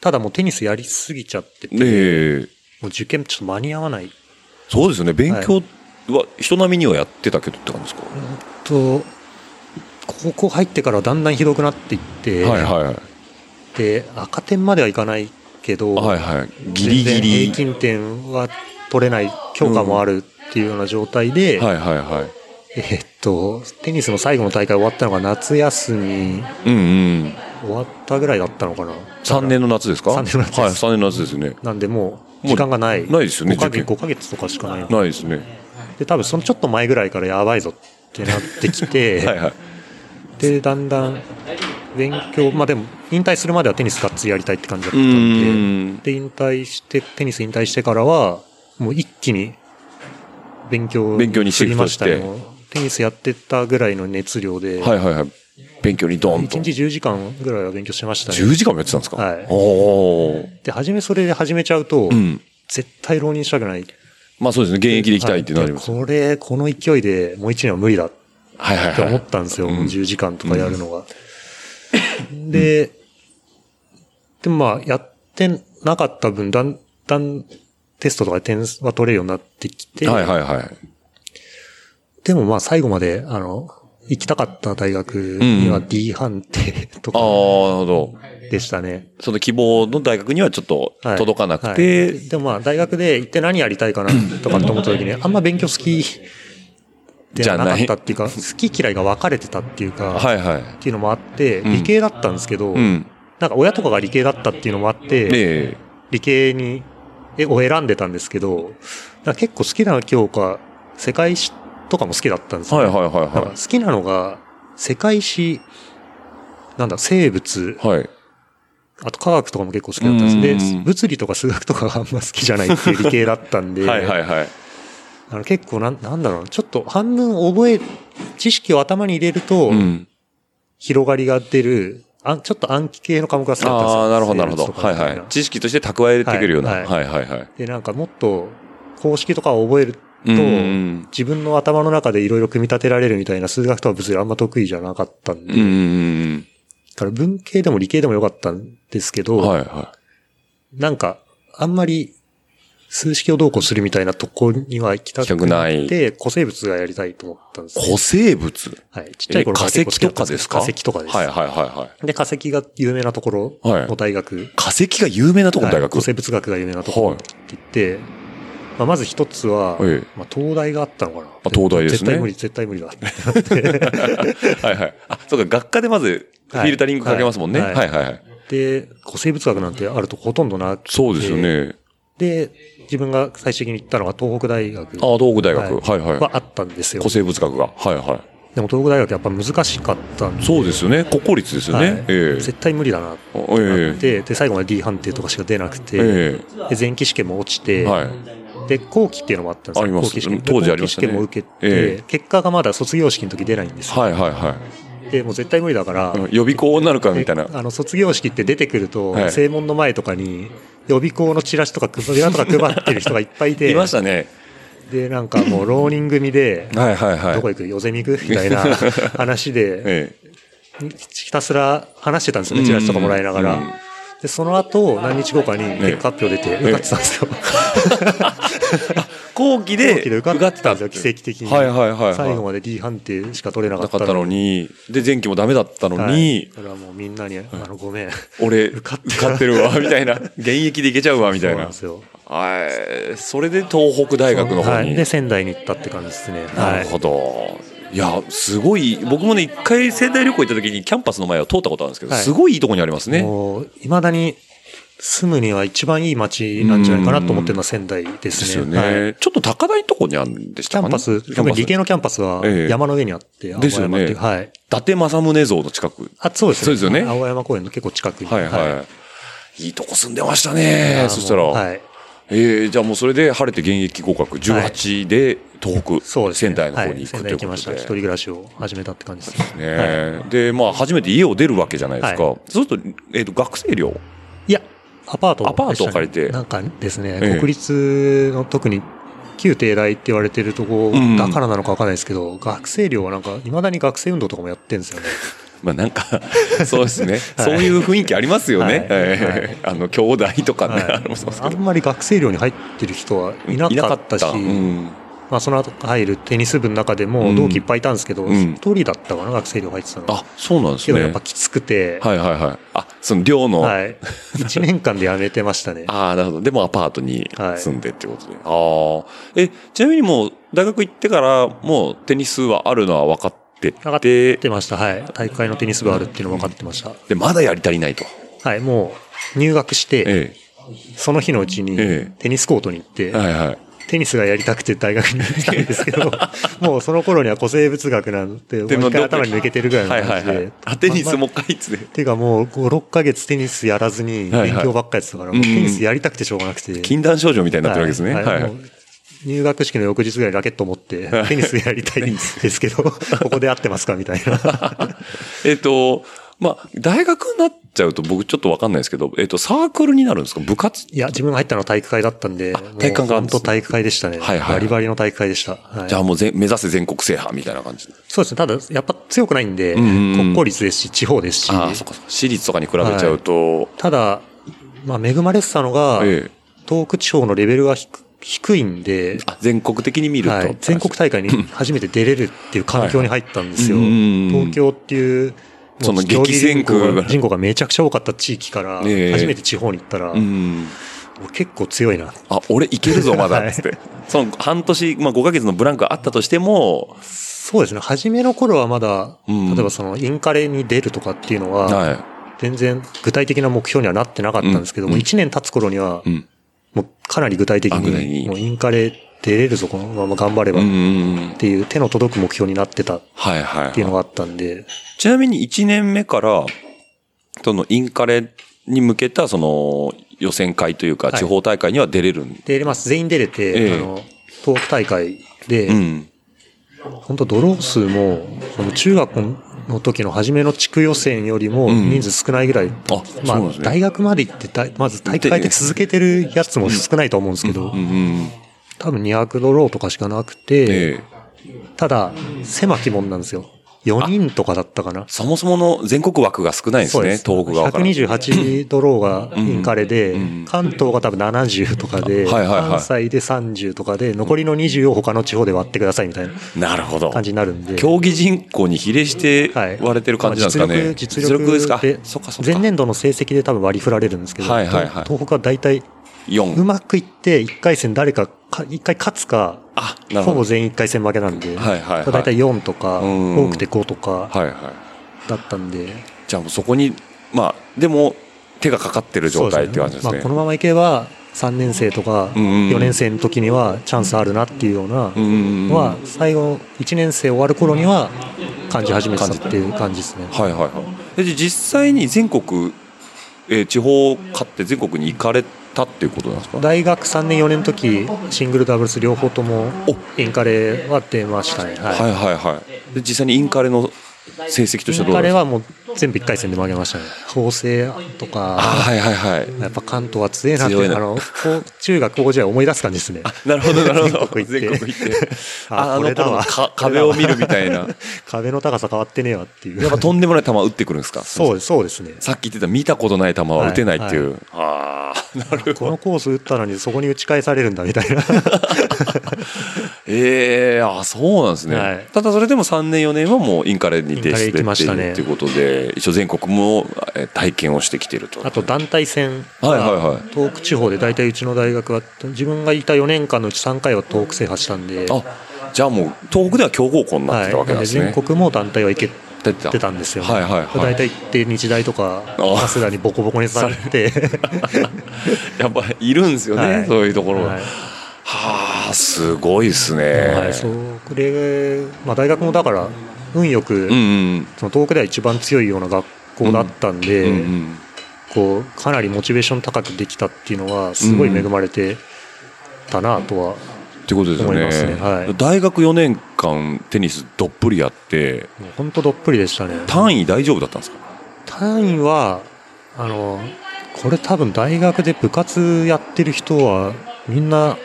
ただもうテニスやりすぎちゃってて、
ねえ。
もう受験ちょっと間に合わない。
そうですよね勉強は人並みにはやってたけどって感じですか、
と、高校入ってからだんだんひどくなっていって、
はいはい
で、赤点まではいかないけど、
はいはいギリギ
全然
リ
平均点は取れない、教科もあるっていうような状態で、
はいはいはい。
えーっと、テニスの最後の大会終わったのが夏休み
うんうん。
終わったぐらいだったのかな。
3年の夏ですか
三年の夏です
はい、3年の夏ですね。
なんでもう時間がない。
ないですよね
5ヶ
受
月
験
5ヶ月とかしかない。
ないですね。
で、多分そのちょっと前ぐらいからやばいぞってなってきて、
はいはい。
で、だんだん勉強、まあでも引退するまではテニスがっつりやりたいって感じだった
うん
で、
ん。
で、引退して、テニス引退してからは、もう一気に勉強
勉強にシフトして
振りましたよテニスやってたぐらいの熱量で、
はいはいはい。勉強にドンと。
1日10時間ぐらいは勉強してました
10
ね。
時間もやってたんですか
はい
おー。
で、初めそれで始めちゃうと、
うん。
絶対浪人したくない。現
まあそうですね。現役で行きたいってなります。
これ、この勢いでもう1年は無理だっ
はいはい
って
はい。
思ったんですよ、
うん
10時間とかやるのが。で、でもまあ、やってなかった分、だんだんテストとかで点は取れるようになってきて、
はいはいはい。
でもまあ最後まで、あの、行きたかった大学には D 判定と
ああ、な
か
るほど。
でしたね。
その希望の大学にはちょっと
はい
届かなくて、
はいでもまあ大学で行って何やりたいかなとかって思った時に、あんま勉強好きではなかったっていうか、好き嫌いが分かれてたっていうか、
はいはい。
っていうのもあって、
うん
理系だったんですけど、
うん。
なんか親とかが理系だったっていうのもあって、
ええ。
理系に、え、を選んでたんですけど、なんか結構好きな教科、世界史とかも好きだったんですよ、
はい
ね。
はいはい
なんか
は
好きなのが、世界史、なんだ、生物、
い。はい。
あと科学とかも結構好きだったんです。
う
で
ん、
物理とか数学とかがあんま好きじゃないっていう理系だったんで、
はいはいはい。
あの結構なん、なんだろう、ちょっと半分覚え、知識を頭に入れると、
うん。
広がりが出る、あちょっと暗記系の科目が好きだったんですよ。
ああ、なるほどなるほ
生
ど。
物とか
は
み
い
たな
はい。知識として蓄えてくるような。は
はいい
はいはい。
で、なんかもっと公式とかを覚えると、
うん
自分の頭の中でいろいろ組み立てられるみたいな数学とは物理あんま得意じゃなかったんで、
うんうんうん
だから文系でも理系でもよかったんですけど、
うん。はいは
なんかあんまり数式をどうこうするみたいなとこには行きた
行きた
く
く
な
ないい
で、古生物がやりたいと思ったんです
い。
よ。
古生物
はい。ちっちゃい頃
化
から
石
結構好きだ
と
った
か
ん
ですか
化石とかです。
はいはいはいはい。
で、化石が有名なところの大学。
化石が有名なとこの大
はい
学。
古生物学が有名なところって言って、まあ、まず一つは、
ええ
まあ、東大があったのかな。
東大ですね
絶対無理、絶対無理だ。
はいはい。あ、そうか、学科でまずフィルタリングかけますもんね。は
はいい
はいはい。
で、古生物学なんてあるとこほとんどなくて
そうですよ。ね。
で、自分が最終的に行ったのが東北大学
あ、東北大学。
は
はいいは。
はいあったんですよ
古。生物学が。はいは
でも東北大学やっぱ難しかったん
い。
で、
そうですよね。国公立ですよ
はい
ね。ええ
絶対無理だなってな
え
って、で、最後まで D 判定とかしか出なく
え
て、
え
で前期試験も落ち
え
て、
はい。
で、後期っていうのもあったんですよ。
あります
後期試験
当時ありましたね
後期試験も受けて、
え
結果がまだ卒業式の時出ないんですよ。
はいはいは
で、もう絶対無理だから、
い。予備校になるか
で
みたいな。
あの、卒業式って出てくると、
はい
正門の前とかに、予備校のチラシとか配、ビラとか配ってる人がいっぱいいて、
いましたね。
で、なんかもう、浪人組で、
はいはいはい。
どこ行くよゼミ行くみたいな 話で、
ええ
ひたすら話してたんですよね、チラシとかもらいなが
うん
ら。で、その後、何日後かに結果発表出て、受かってたんですよ。
後期
後期で受かってたんですよ、奇跡的に。
はいはいはいはい
最後まで D 判定しか取れなか
な
った
かったのに、で、前期もダメだったのに、
だからもうみんなに、あの、ごめん。
俺、受
受
か
か
っ
ってて
るわ、みた いな。現役でいけちゃう わ、みた
そう
い
なん
な
で。すよ。
はい。それで東北大学の方
はい。
に。
で、仙台に行ったって感じですね。
なる
はい。
ほど。いや、すごい、僕もね、一回仙台旅行行った時にキャンパスの前を通ったことあるんですけど、
はい
すごいいいとこにありますね。
もう、いまだに住むには一番いい街なんじゃないかなと思ってるのは仙台で
です
ね。
すよ
はい
ね。ちょっと高台のとこにあるんでし
キ
た
ャ
か
ン
ね。
パス、
キャン
特
パ
に
ス
理系のキャンパスは
ええ
山の上にあって、
ですよね
青山っていうはい。
伊達政宗像の近く。
あ、そうです
そうですよね
青山公園の結構近くに。
はいはい。いいとこ住んでましたね。
い
そしたら。
はい。
えー、じゃあもうそれで晴れて現役合格18で東北、
そうです
仙
ね。
台の方
は
に
い
行く
仙
と
台
いう
行き
こ
まし
と
た。
で、
一人暮らしを始めたって感じですね。
ねでまあ初めて家を出るわけじゃないですか、そうすると,、えー、と学生寮
いや、アパートでした
ア
ね
パートを借りて
なんかですね、
ええ
国立の特に旧帝大って言われてるとこ
うん
だからなのかわかんないですけど、学生寮はなんか、いまだに学生運動とかもやってるんですよね。
まあなんか そうですね、そういう雰囲気ありますよね、
はい
え ーあの兄弟とかね、
はい
ありますけど
あんまり学生寮に入ってる人はいなかったし、
うん
まあ、その後入るテニス部の中で
うん
も同期いっぱいいたんですけど、
うん
一人だったかな、学生寮入ってたの。
あそうなんで
け
す
ど
ね
やっぱきつくて、
はいはいはいあその寮の、
はい。1年間で辞めてましたね。
ああなるほどでもアパートに
はい
住んでってことで、ああえちなみにもう大学行ってから、もうテニスはあるのは分かって
上がって
て、
ました。はい。大会のテニス部あるっていうの分かってました。
で、まだやり足りないと。
はい。もう、入学して、
え
その日のうちに
ええ
テニスコートに行って
え。、はいはい。
テニスがやりたくて大学に来たんですけど、 もうその頃には古生物学なんて、もう一回頭に抜けてるぐらいの
はいは
感
い
じ
は
で
い。。あ、テニス
ま
もかいっつね。
ていうかもう5、6ヶ月テニスやらずに
はいはい
勉強ばっかりやってたから、
うんうん
もうテニスやりたくてしょうがなくて。
禁断症状みたいになってるわけですね。は
は
いい
はい
はい。
もう入学式の翌日ぐらいにラケット持って、テニスやりたいんですけど、こ こで合ってますかみたいな。
えっと、まあ、大学になっちゃうと僕ちょっとわかんないですけど、えっと、サークルになるんですか部活
いや、自分が入ったのは体育会だったんで、
体育会があるん
本
ですね
当体育会でしたね。
はいはい
バリバリの体育会でした。はい
じゃあもうぜ目指せ全国制覇みたいな感じ。
そうですね。ただ、やっぱ強くないんで、
んうんうん
国公立ですし、地方ですし、
ああ、そっかそっか。私立とかに比べちゃうと、
ただ、まあ、恵まれてたのが、
ええ
東北地方のレベルが低低いんで、
あ全国的に見ると。
はい、全国 大会に初めて出れるっていう環境に入ったんですよ。
はいはいうんうんうん
東京っていう、もう
その
競技人
激
口
戦区
が
が
人口がめちゃくちゃ多かった地域から、
ええ
初めて地方に行ったら、
うん。
俺結構強いな。
あ、俺いけるぞ、まだ。つって。
は
その半年、まあ5ヶ月のブランクあったとしても、
そうですね。初めの頃はまだ、
うん
例えばそのインカレに出るとかっていうのは、
は
全然具体的な目標にはなってなかったんですけども、
うん
1年経つ頃には、
い。うん。
もうかなり具体的
あ具体的
に、
に
もうインカレ出れるぞ、このまま頑張れば
うん
っ
うんうん。
ていう手の届く目標になってたっ
はいはい、はい
ていうのがあったんで、
ちなみに1年目から、そのインカレに向けた、その予選会というか、
はい
地方大会には出れるん、
で、まあ、全員出れて、
ええ
あの、東北大会で、
うん。
本当ドロー数も、その中学の時の初めの地区予選よりも
ん
人数少ないぐらい、
あ
ま
そうな
あ
んです、ね
大学まで行って大、まず大会で続けてるやつも少ないと思うんですけど、
うん。
多分200ドローとかしかなくて、
ええ
ただ、狭き門なんですよ。4人とかだったかな。
そもそもの全国枠が少ないんです
そう
ね、
です。
東北側から。
128ドローがインカレで、
ん
関東が多分70とかで、
はいはいはい
関西で30とかで、残りの20を他の地方で割ってくださいみたいな
なるほど。
感じになるんで。
競技人口に比例して
はい
割れてる感じなんですかね。
まあ実力、
です
実
か。あ
力で
そっかそっか。
前年度の成績で多分割り振られるんですけど、
はいはいはい
東東北は大体、う
4。
まくいって、1回戦誰かか、1回勝つか、
あ、なるほ
ほぼ
ど。
全員1回戦負けなんで、
はいはいはい
大体4とか、
うん
多くて5とか
はいはい。
だったんで、
じゃあもうそこに、まあ、でも手がかかってる状態っていう感じです
ま
ね。
あ、このままいけば3年生とか
うんうん
4年生の時にはチャンスあるなっていうような
うんうんうん
のは最後1年生終わる頃には感じ始めてたっていう感じですね。
はいはいはい。えで実際に全国、えー地方勝って全国に行かれたっていうことなんですか。
大学3年4年の時シングルダブルス両方とも
お
インカレは出ましたね。はい
はいはいはい。で実際にインカレの成績と
イ
しては
ン
どうなんで
カレ
すか。
はもう全部1回戦で負けましたね。法政と
あ
か、
はいはいはい。
やっぱ関東は強いなって、
強いな
あの、こう中学高校時代思い出す感じですね。
なるほどなるほど。
全国行って
て。ああ
こ
の
れだ
頃の
わ
か壁を見るみた いな。やっ
壁の高さ変わってねえわっていう。
ぱとんでもない球打ってくるんですか。
そうです、そうですね。
さっき言ってた見たことない球は打てないっていう。ああなる
このコース打ったのにそこに打ち返されるんだみたいな。
ええあそうなんですね、
はい
ただそれでも3年4年はもうインカレに徹
インカレ
して
行きましたね
っていうことで一応全国もえー体験をしてきてると
あと団体戦
はいはいは
はい東北地方で大体うちの大学は自分がいた4年間のうち3回は東北制覇したんで、
あじゃあもう東北では強豪校になっ
は
て
い、
たわけ
な
なんんで
で
すね、
全国も団体は行け
出て
てたんですよ、ね。
はいはいはい
大体行って日大とか
あ
早稲田にボコボコにさ れて、
やっぱいるんですよね、
はい
そういうところが
は
はいあすごいですね、
はい、そうこれ、まあ、大学もだから運よく、
うんうん
その東北では一番強いような学校だったんで、
うんうん
こうかなりモチベーション高くできたっていうのはすごい恵まれてたなとは、
ってことですよ
思います
ね
ねはい
大学4年間テニスどっぷりやって
もう本当どっぷりでしたね
単位大丈夫だったんですか
単位はあのこれ多分大学で部活やってる人はみんな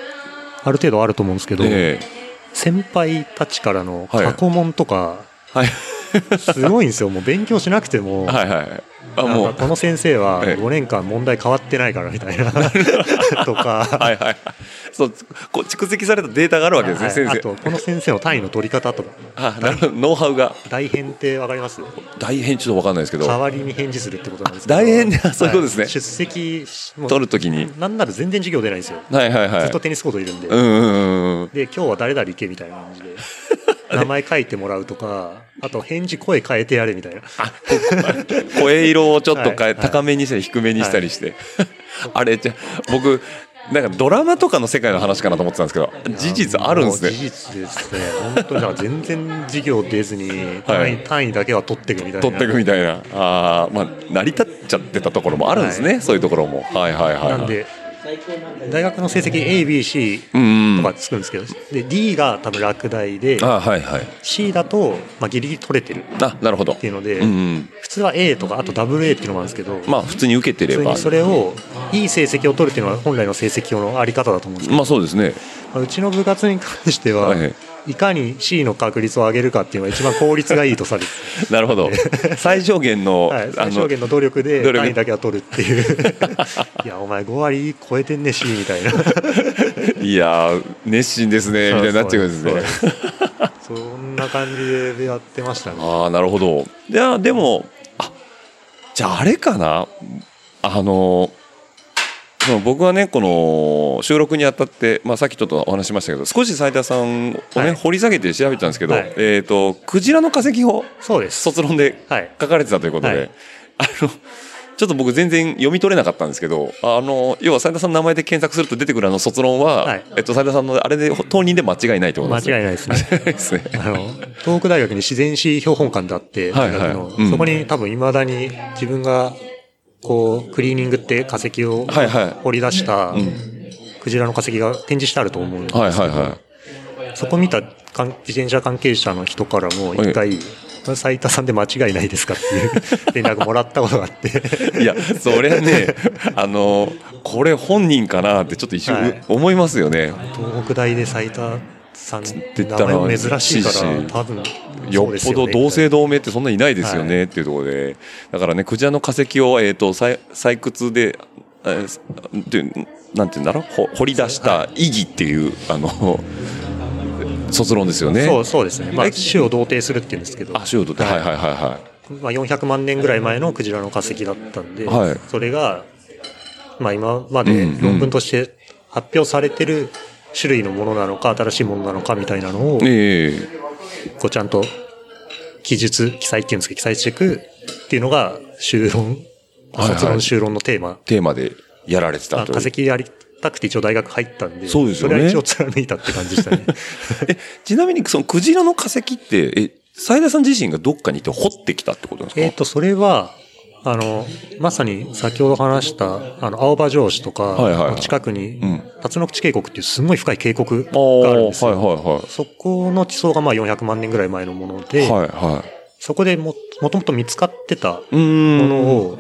ある程度あると思うんですけど、
え
先輩たちからの
はい
過去問とか
えはい
すごいんですよ、もう勉強しなくても
はいはいあ、
なん
も
か
う。
この先生は
ええ
5年間問題変わってないからみたいな とか、
はいはい。そう、こう蓄積されたデータがあるわけですね、
はい
先
あと
生。
この先生の単位の取り方とか
あ、なるほど。ノウハウが。
大変ってわかります
大変ちょっとわかんないですけ
代
ど。
わりに返事するってことなんですけど
大変ね、あそういうことですね
は。出席しもう
取るときに。
なんなら全然授業出ないんですよ、
はいはいは
ず
い
っと。テニスコートいるんで、
うんうんうんうん。
で今日は誰々行けみたいな感じ で名前書いてもらうとかあと返事声変えてやれみたいな
声色をちょっと変え、
はいはい
高めにしたり低めにしたりして。 あれ、じゃあ僕、なんかドラマとかの世界の話かなと思ってたんですけど、事実あるんです
もう事
ね。
実ですね本当になんか全然授業出ずに単位,、
はい
単位だけは取ってくみたいな
取っていくみたいな。ああ、まあ、成り立っちゃってたところもあるんですね、
は
そういうところも。はいはいはい、はい。
なんで大学の成績 ABC
うんうん、
とかつくんですけど、で D が多分落第で
あはいはい
C だと、まあ、ギリギリ取れてるっ
あなるほど
ていうので、
うんうん、
普通は A とかあと WA っていうのもあるんですけど、
まあ普通に受けてれ
普通
ば
にそれをいい成績を取るっていうのは本来の成績のあり方だと思うんですけど、
まあそうですね
まあうちの部活に関しては、
はい
い
はい
かに C の確率を上げるかっていうのが一番効率がいい とされて
なるほ ど最小限の,、
る、はい、最
あの
小限の努力で
努力
単位だけは取るっていう いやお前5割超えてんね C みたいなみ
いやー熱心ですねみたいになっちゃうんですね
そんな感じでやってましたね
ああなるほどいやでもあじゃああれかなあのその僕はねこの収録にあたって、まあ、さっきちょっとお話ししましたけど少し斉田さんをね、
はい
掘り下げて調べてたんですけど、
はい
えっ、とクジラの化石を
そうです
卒論で
はい
書かれてたということで、
はい
あのちょっと僕全然読み取れなかったんですけどあの要は斉田さんの名前で検索すると出てくるあの卒論は、
はい
えっと、斉田さんのあれで当人で間違いないってこと
間
で
違
すね
いないですね
間違いない ですね。
あの東北大学に自然史標本館であって、
はいはい
大学の
うん
そこに多分いまだに自分がこうクリーニングって化石を
はいはい
掘り出したクジラの化石が展示してあると思うんですけど、
はいはいはい
そこ見た関自転車関係者の人からも一回「斉田さんで間違いないですか?」 っていう連絡もらったことがあって
いや、そりゃね、あの、これ本人かなってちょっと一瞬、
はい
思いますよね。
東北大で斉田さんって
言ったら
名前も珍しいか
珍し
ら
い
多分
よ
そう
っ
です
ぽ
よね
ど同姓同名ってそんなにいないですよねっていうところで、だからね、クジラの化石を、えっ、と、採採掘で、えーっていうなんていうんだろう、ほ掘り出した意義っていう、あの、卒論ですよね。
そうそうですね、ま
え
あ、種を同定するっていうんですけど
あ、シュートって、はいはいはいは
まあ、400万年ぐらい前のクジラの化石だったんで、
はい
それが、まあ、今ま
う
で
んうん
論文として発表されてる種類のものなのか新しいものなのかみたいなのを
い。ええ
こうちゃんと記述記載っていうんですけど記載していくっていうのが修論
はいはい
卒論修論のテーマ、
テーマでやられてた
まあ
とい
化
う。
石やりたくて一応大学入ったんで
そうですよね
れは一応貫いたって感じでしたね
え、ちなみにそのクジラの化石って、え、斉田さん自身がどっかにいて掘ってきたってことなんですか
えっとそれはあのまさに先ほど話したあの青葉城市と
はいはいは
か
い
近くに
うん
辰野口渓谷っていうすごい深い渓谷
あー
があるんですよ、
はいはいはい。
そこの地層がまあ400万年ぐらい前のもので、
はいはい。
そこでももともと見つかってた
うー
も
ん
のを、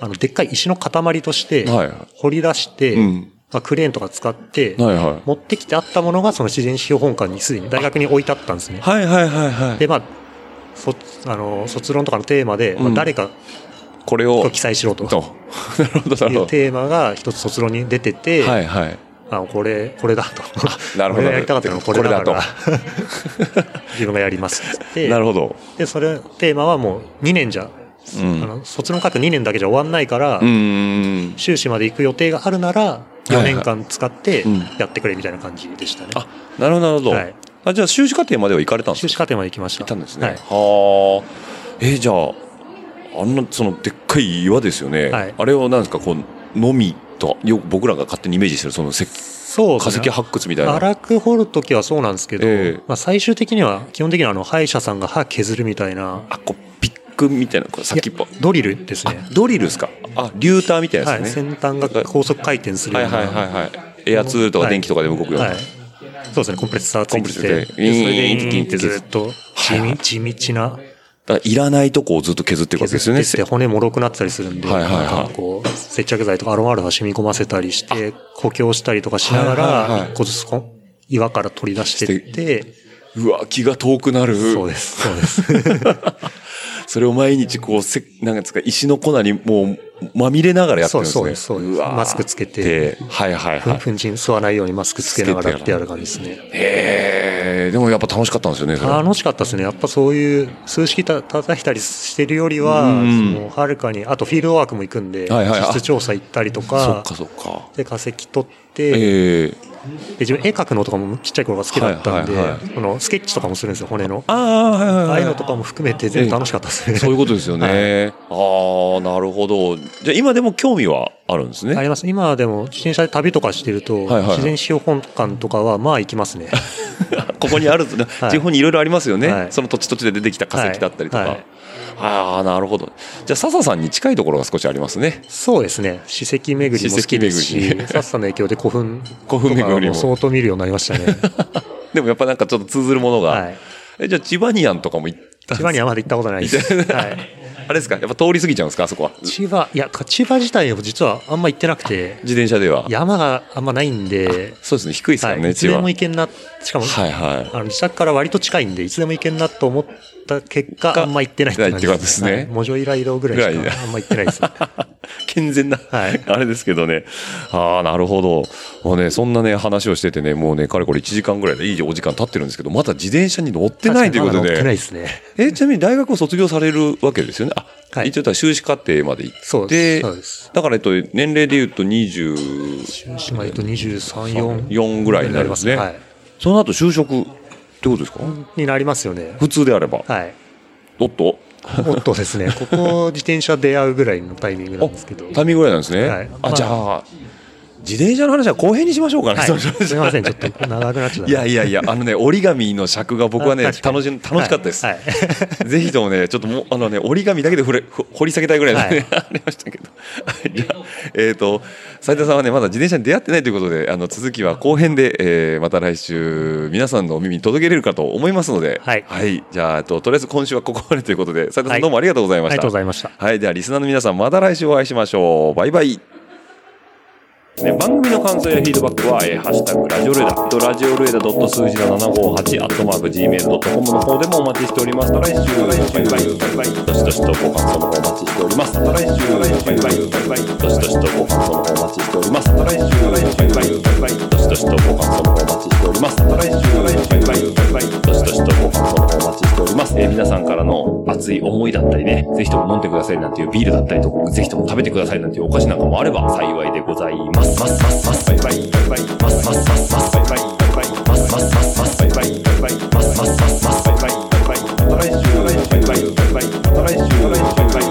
あのでっかい石の塊として
はい
掘り出して、
うん
まあ、クレーンとか使って、
はいはい。
持ってきてあったものがその自然標本館にすでに大学に置いてあったんですね。
はいはいはいはい。
でまあそあの卒論とかのテーマで、ま
う
あ、
ん
誰か
これを
と、記載しろと
と。 なるほどなる
い
ほ
う
ど。
テーマが一つ卒論に出てて、
はいはい。
あこれこれだと
なるほど
俺がやりたかったのはこれだから 自分がやりますって言って
なるほど。
でそれテーマはもう2年じゃ、
う
あ
ん。
の卒論書く2年だけじゃ終わんないから、
うーん。
修士まで行く予定があるなら
いは
4
い
年間使って
うん
やってくれみたいな感じでしたね、
あ、なるほどなるほど。
はい
あじゃあ修士課程までは行かれたんです
修
か
士課程まで行きました
行ったんですね。
は
はいあ。えー、じゃあ、あんな、その、でっかい岩ですよね。
はい
あれは何ですか、こう、のみと、よく僕らが勝手にイメージする、その、せ
そう
化
です
石
ね
発掘みたいな。
荒く掘るときはそうなんですけど、
ええ
まあ、最終的には基本的にはあの歯医者さんが歯削るみたいな
あ、こう、ピックみたいな、こう先っぽ
い。やドリルです
あ
ね、
ドリルですか。あ、リューターみたいな
は
やつ
い、
ですね。
先端が高速回転する
は
よ
いうはいは
ない
はい。エアツールとか電気とかで動くような。
はいそうですねコンプレッサーついて
コンプレッサー
て
ついて
でそれで
イ
イ
ーン
ーンってずっと地
はいは
味
い
地道な
だからいらないとこをずっと削っていくわけです
削
よ
っ
ね。
てって骨もろくなってたりするんで、
はいはいはい
なんかこう接着剤とかアロマールが染み込ませたりして補強したせたりとかしなが
はいはいは
ら
い
一個ずつこう岩から取り出してって
うわ、気が遠くなる。
そうですそうです
そ それを毎日こう、せ、なんかですか、石の粉にもう、まみれながらやってるんです
そう
ね。
ですそうです
わー
マスクつけて
ではいはい
ふ
は
ん
い。
粉塵吸わないようにマスクつけながらってやる感じですね。
へえ、でもやっぱ楽しかったんですよね、それ。
楽しかったですね。やっぱそういう数式た叩いたりしてるよりは、
うん
そのはるかに、あとフィールドワークも行くんで、
はいはいあ
地質調査行ったりと
そ
か
っ、かそっか。
で化石取って、
ええ。
で自分絵描くのとかもちっちゃい頃が好きだったんで、
はいはいはい
このスケッチとかもするんですよ、骨の。
ああ、はいはいはい。
ああいうのとかも含めて全部楽しかったですね。
そういうことですよね。ああ、なるほど。じゃあ今でも興味はあるんですね。
あります。今でも自転車で旅とかしてると、
はいはいはい
自然資料本館とかはまあ行きます ね。
ここにあるんですね、
はい
地方にいろいろありますよね、
はい
その土地土地で出てきた化石だったりとか、
はいはい
ああなるほどじゃあ笹さんに近いところが少しありますね
そうですね。史跡巡りも好きです
史
し
跡、巡り
さっさの影響で古墳
古墳巡りも
とか相当見るようになりましたね。
でもやっぱなんかちょっと通ずるものが、
はい。
えじゃあ千葉ニアンとかも行った
千葉にはまだ行ったことないです。はい。
あれですかやっぱ通り過ぎちゃうんですかあそこは自
千葉、いや、千葉自体も実はあんま行ってなくて、
転車では
山があんまないんで、
そうですね低いですからね、
はい、いつ
千
で
葉
も行けんな、しかも、
はいはい
あの自宅から割と近いんで、いつでも行けんなと思った結果、
か
あんま行ってないって感じ
ないってことですね
はいモジョイライドぐらい
ぐ
し
らい
かあんま行ってな いです。
健全な、
はい
あれですけどね。ああ、なるほど。もうね、そんなね、話をしててね、もうね、かれこれ1時間ぐらいでいいお時間経ってるんですけど、まだ自転車に乗ってないということ
確かにまだ乗
で。
ってないですね。
え、ちなみに大学を卒業されるわけですよね。あ、
はい
一応だから修士課程まで行って。
そうですそうです
だから、えっと、年齢で言うと24、
中島えっと23、4。
4ぐらいになりますね。
はい
その後就職ってことですか
になりますよね。
普通であれば。
はい。
おっと
もっとですね、ここ自転車出会うぐらいのタイミングな
お
んですけど。
タイミングぐらいなんですね。
はい
あ、
まあ
じゃあ、自転車の話は後編にしましょうか ね。
はい、すみません、ちょっと長くなっちゃった。
いやいやいや、あのね、折り紙の尺が僕はね、
あ確かに
楽し、楽しかったです。
はいはい
ぜひともね、ちょっともう、あのね、折り紙だけでふれふ掘り下げたいぐらいのね、ありましたけど。 じゃあえっ、と、斉田さんはね、まだ自転車に出会ってないということで、あの、続きは後編で、えーまた来週、皆さんのお耳に届けれるかと思いますので、
はい
じゃあ、えっと、とりあえず今週はここまでということで、斉田さ
は
ん
い
どうもありがとうございました。
ありがとうございました。
はい、ではリスナーの皆さんまた来週お会いしましょう。バイバイ。ね、番組の感想やフィードバックは、えーハッシュタグラジオルエダ、えっとラジオルエダドット数字の758、アットマーク Gmail.com の方でもお待ちしております。また来週、バイバイ、バイバイ、どしどしとご感想の方お待ちしております。また来週、バイバイ、バイバイ、どしどしとご感想の方お待ちしております。また来週、バイバイ、バイバイ、どしどしとご感想の方お待ちしております。また来週、バイバイ、バイバイ、どしどしとご感想の方お待ちしております。えー皆さんからの熱い思いだったりね、ぜひとも飲んでくださいなんていうビールだったりとか、ぜひとも食べてくださいなんていうお菓子なんかもあれば幸いでございます。ますますますバイバイバイバイますますますますバイバイバイバイますますますますバイバイバイバイますますますますバイバイバイバイまた来週バイバイバイバイまた来週バイバ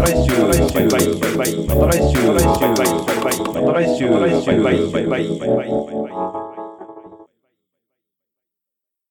イバイバイまた来週バイバイバイバイまた来週バイバイバイバイまた来週バイバイバイバイまた来週バイバイバイバイ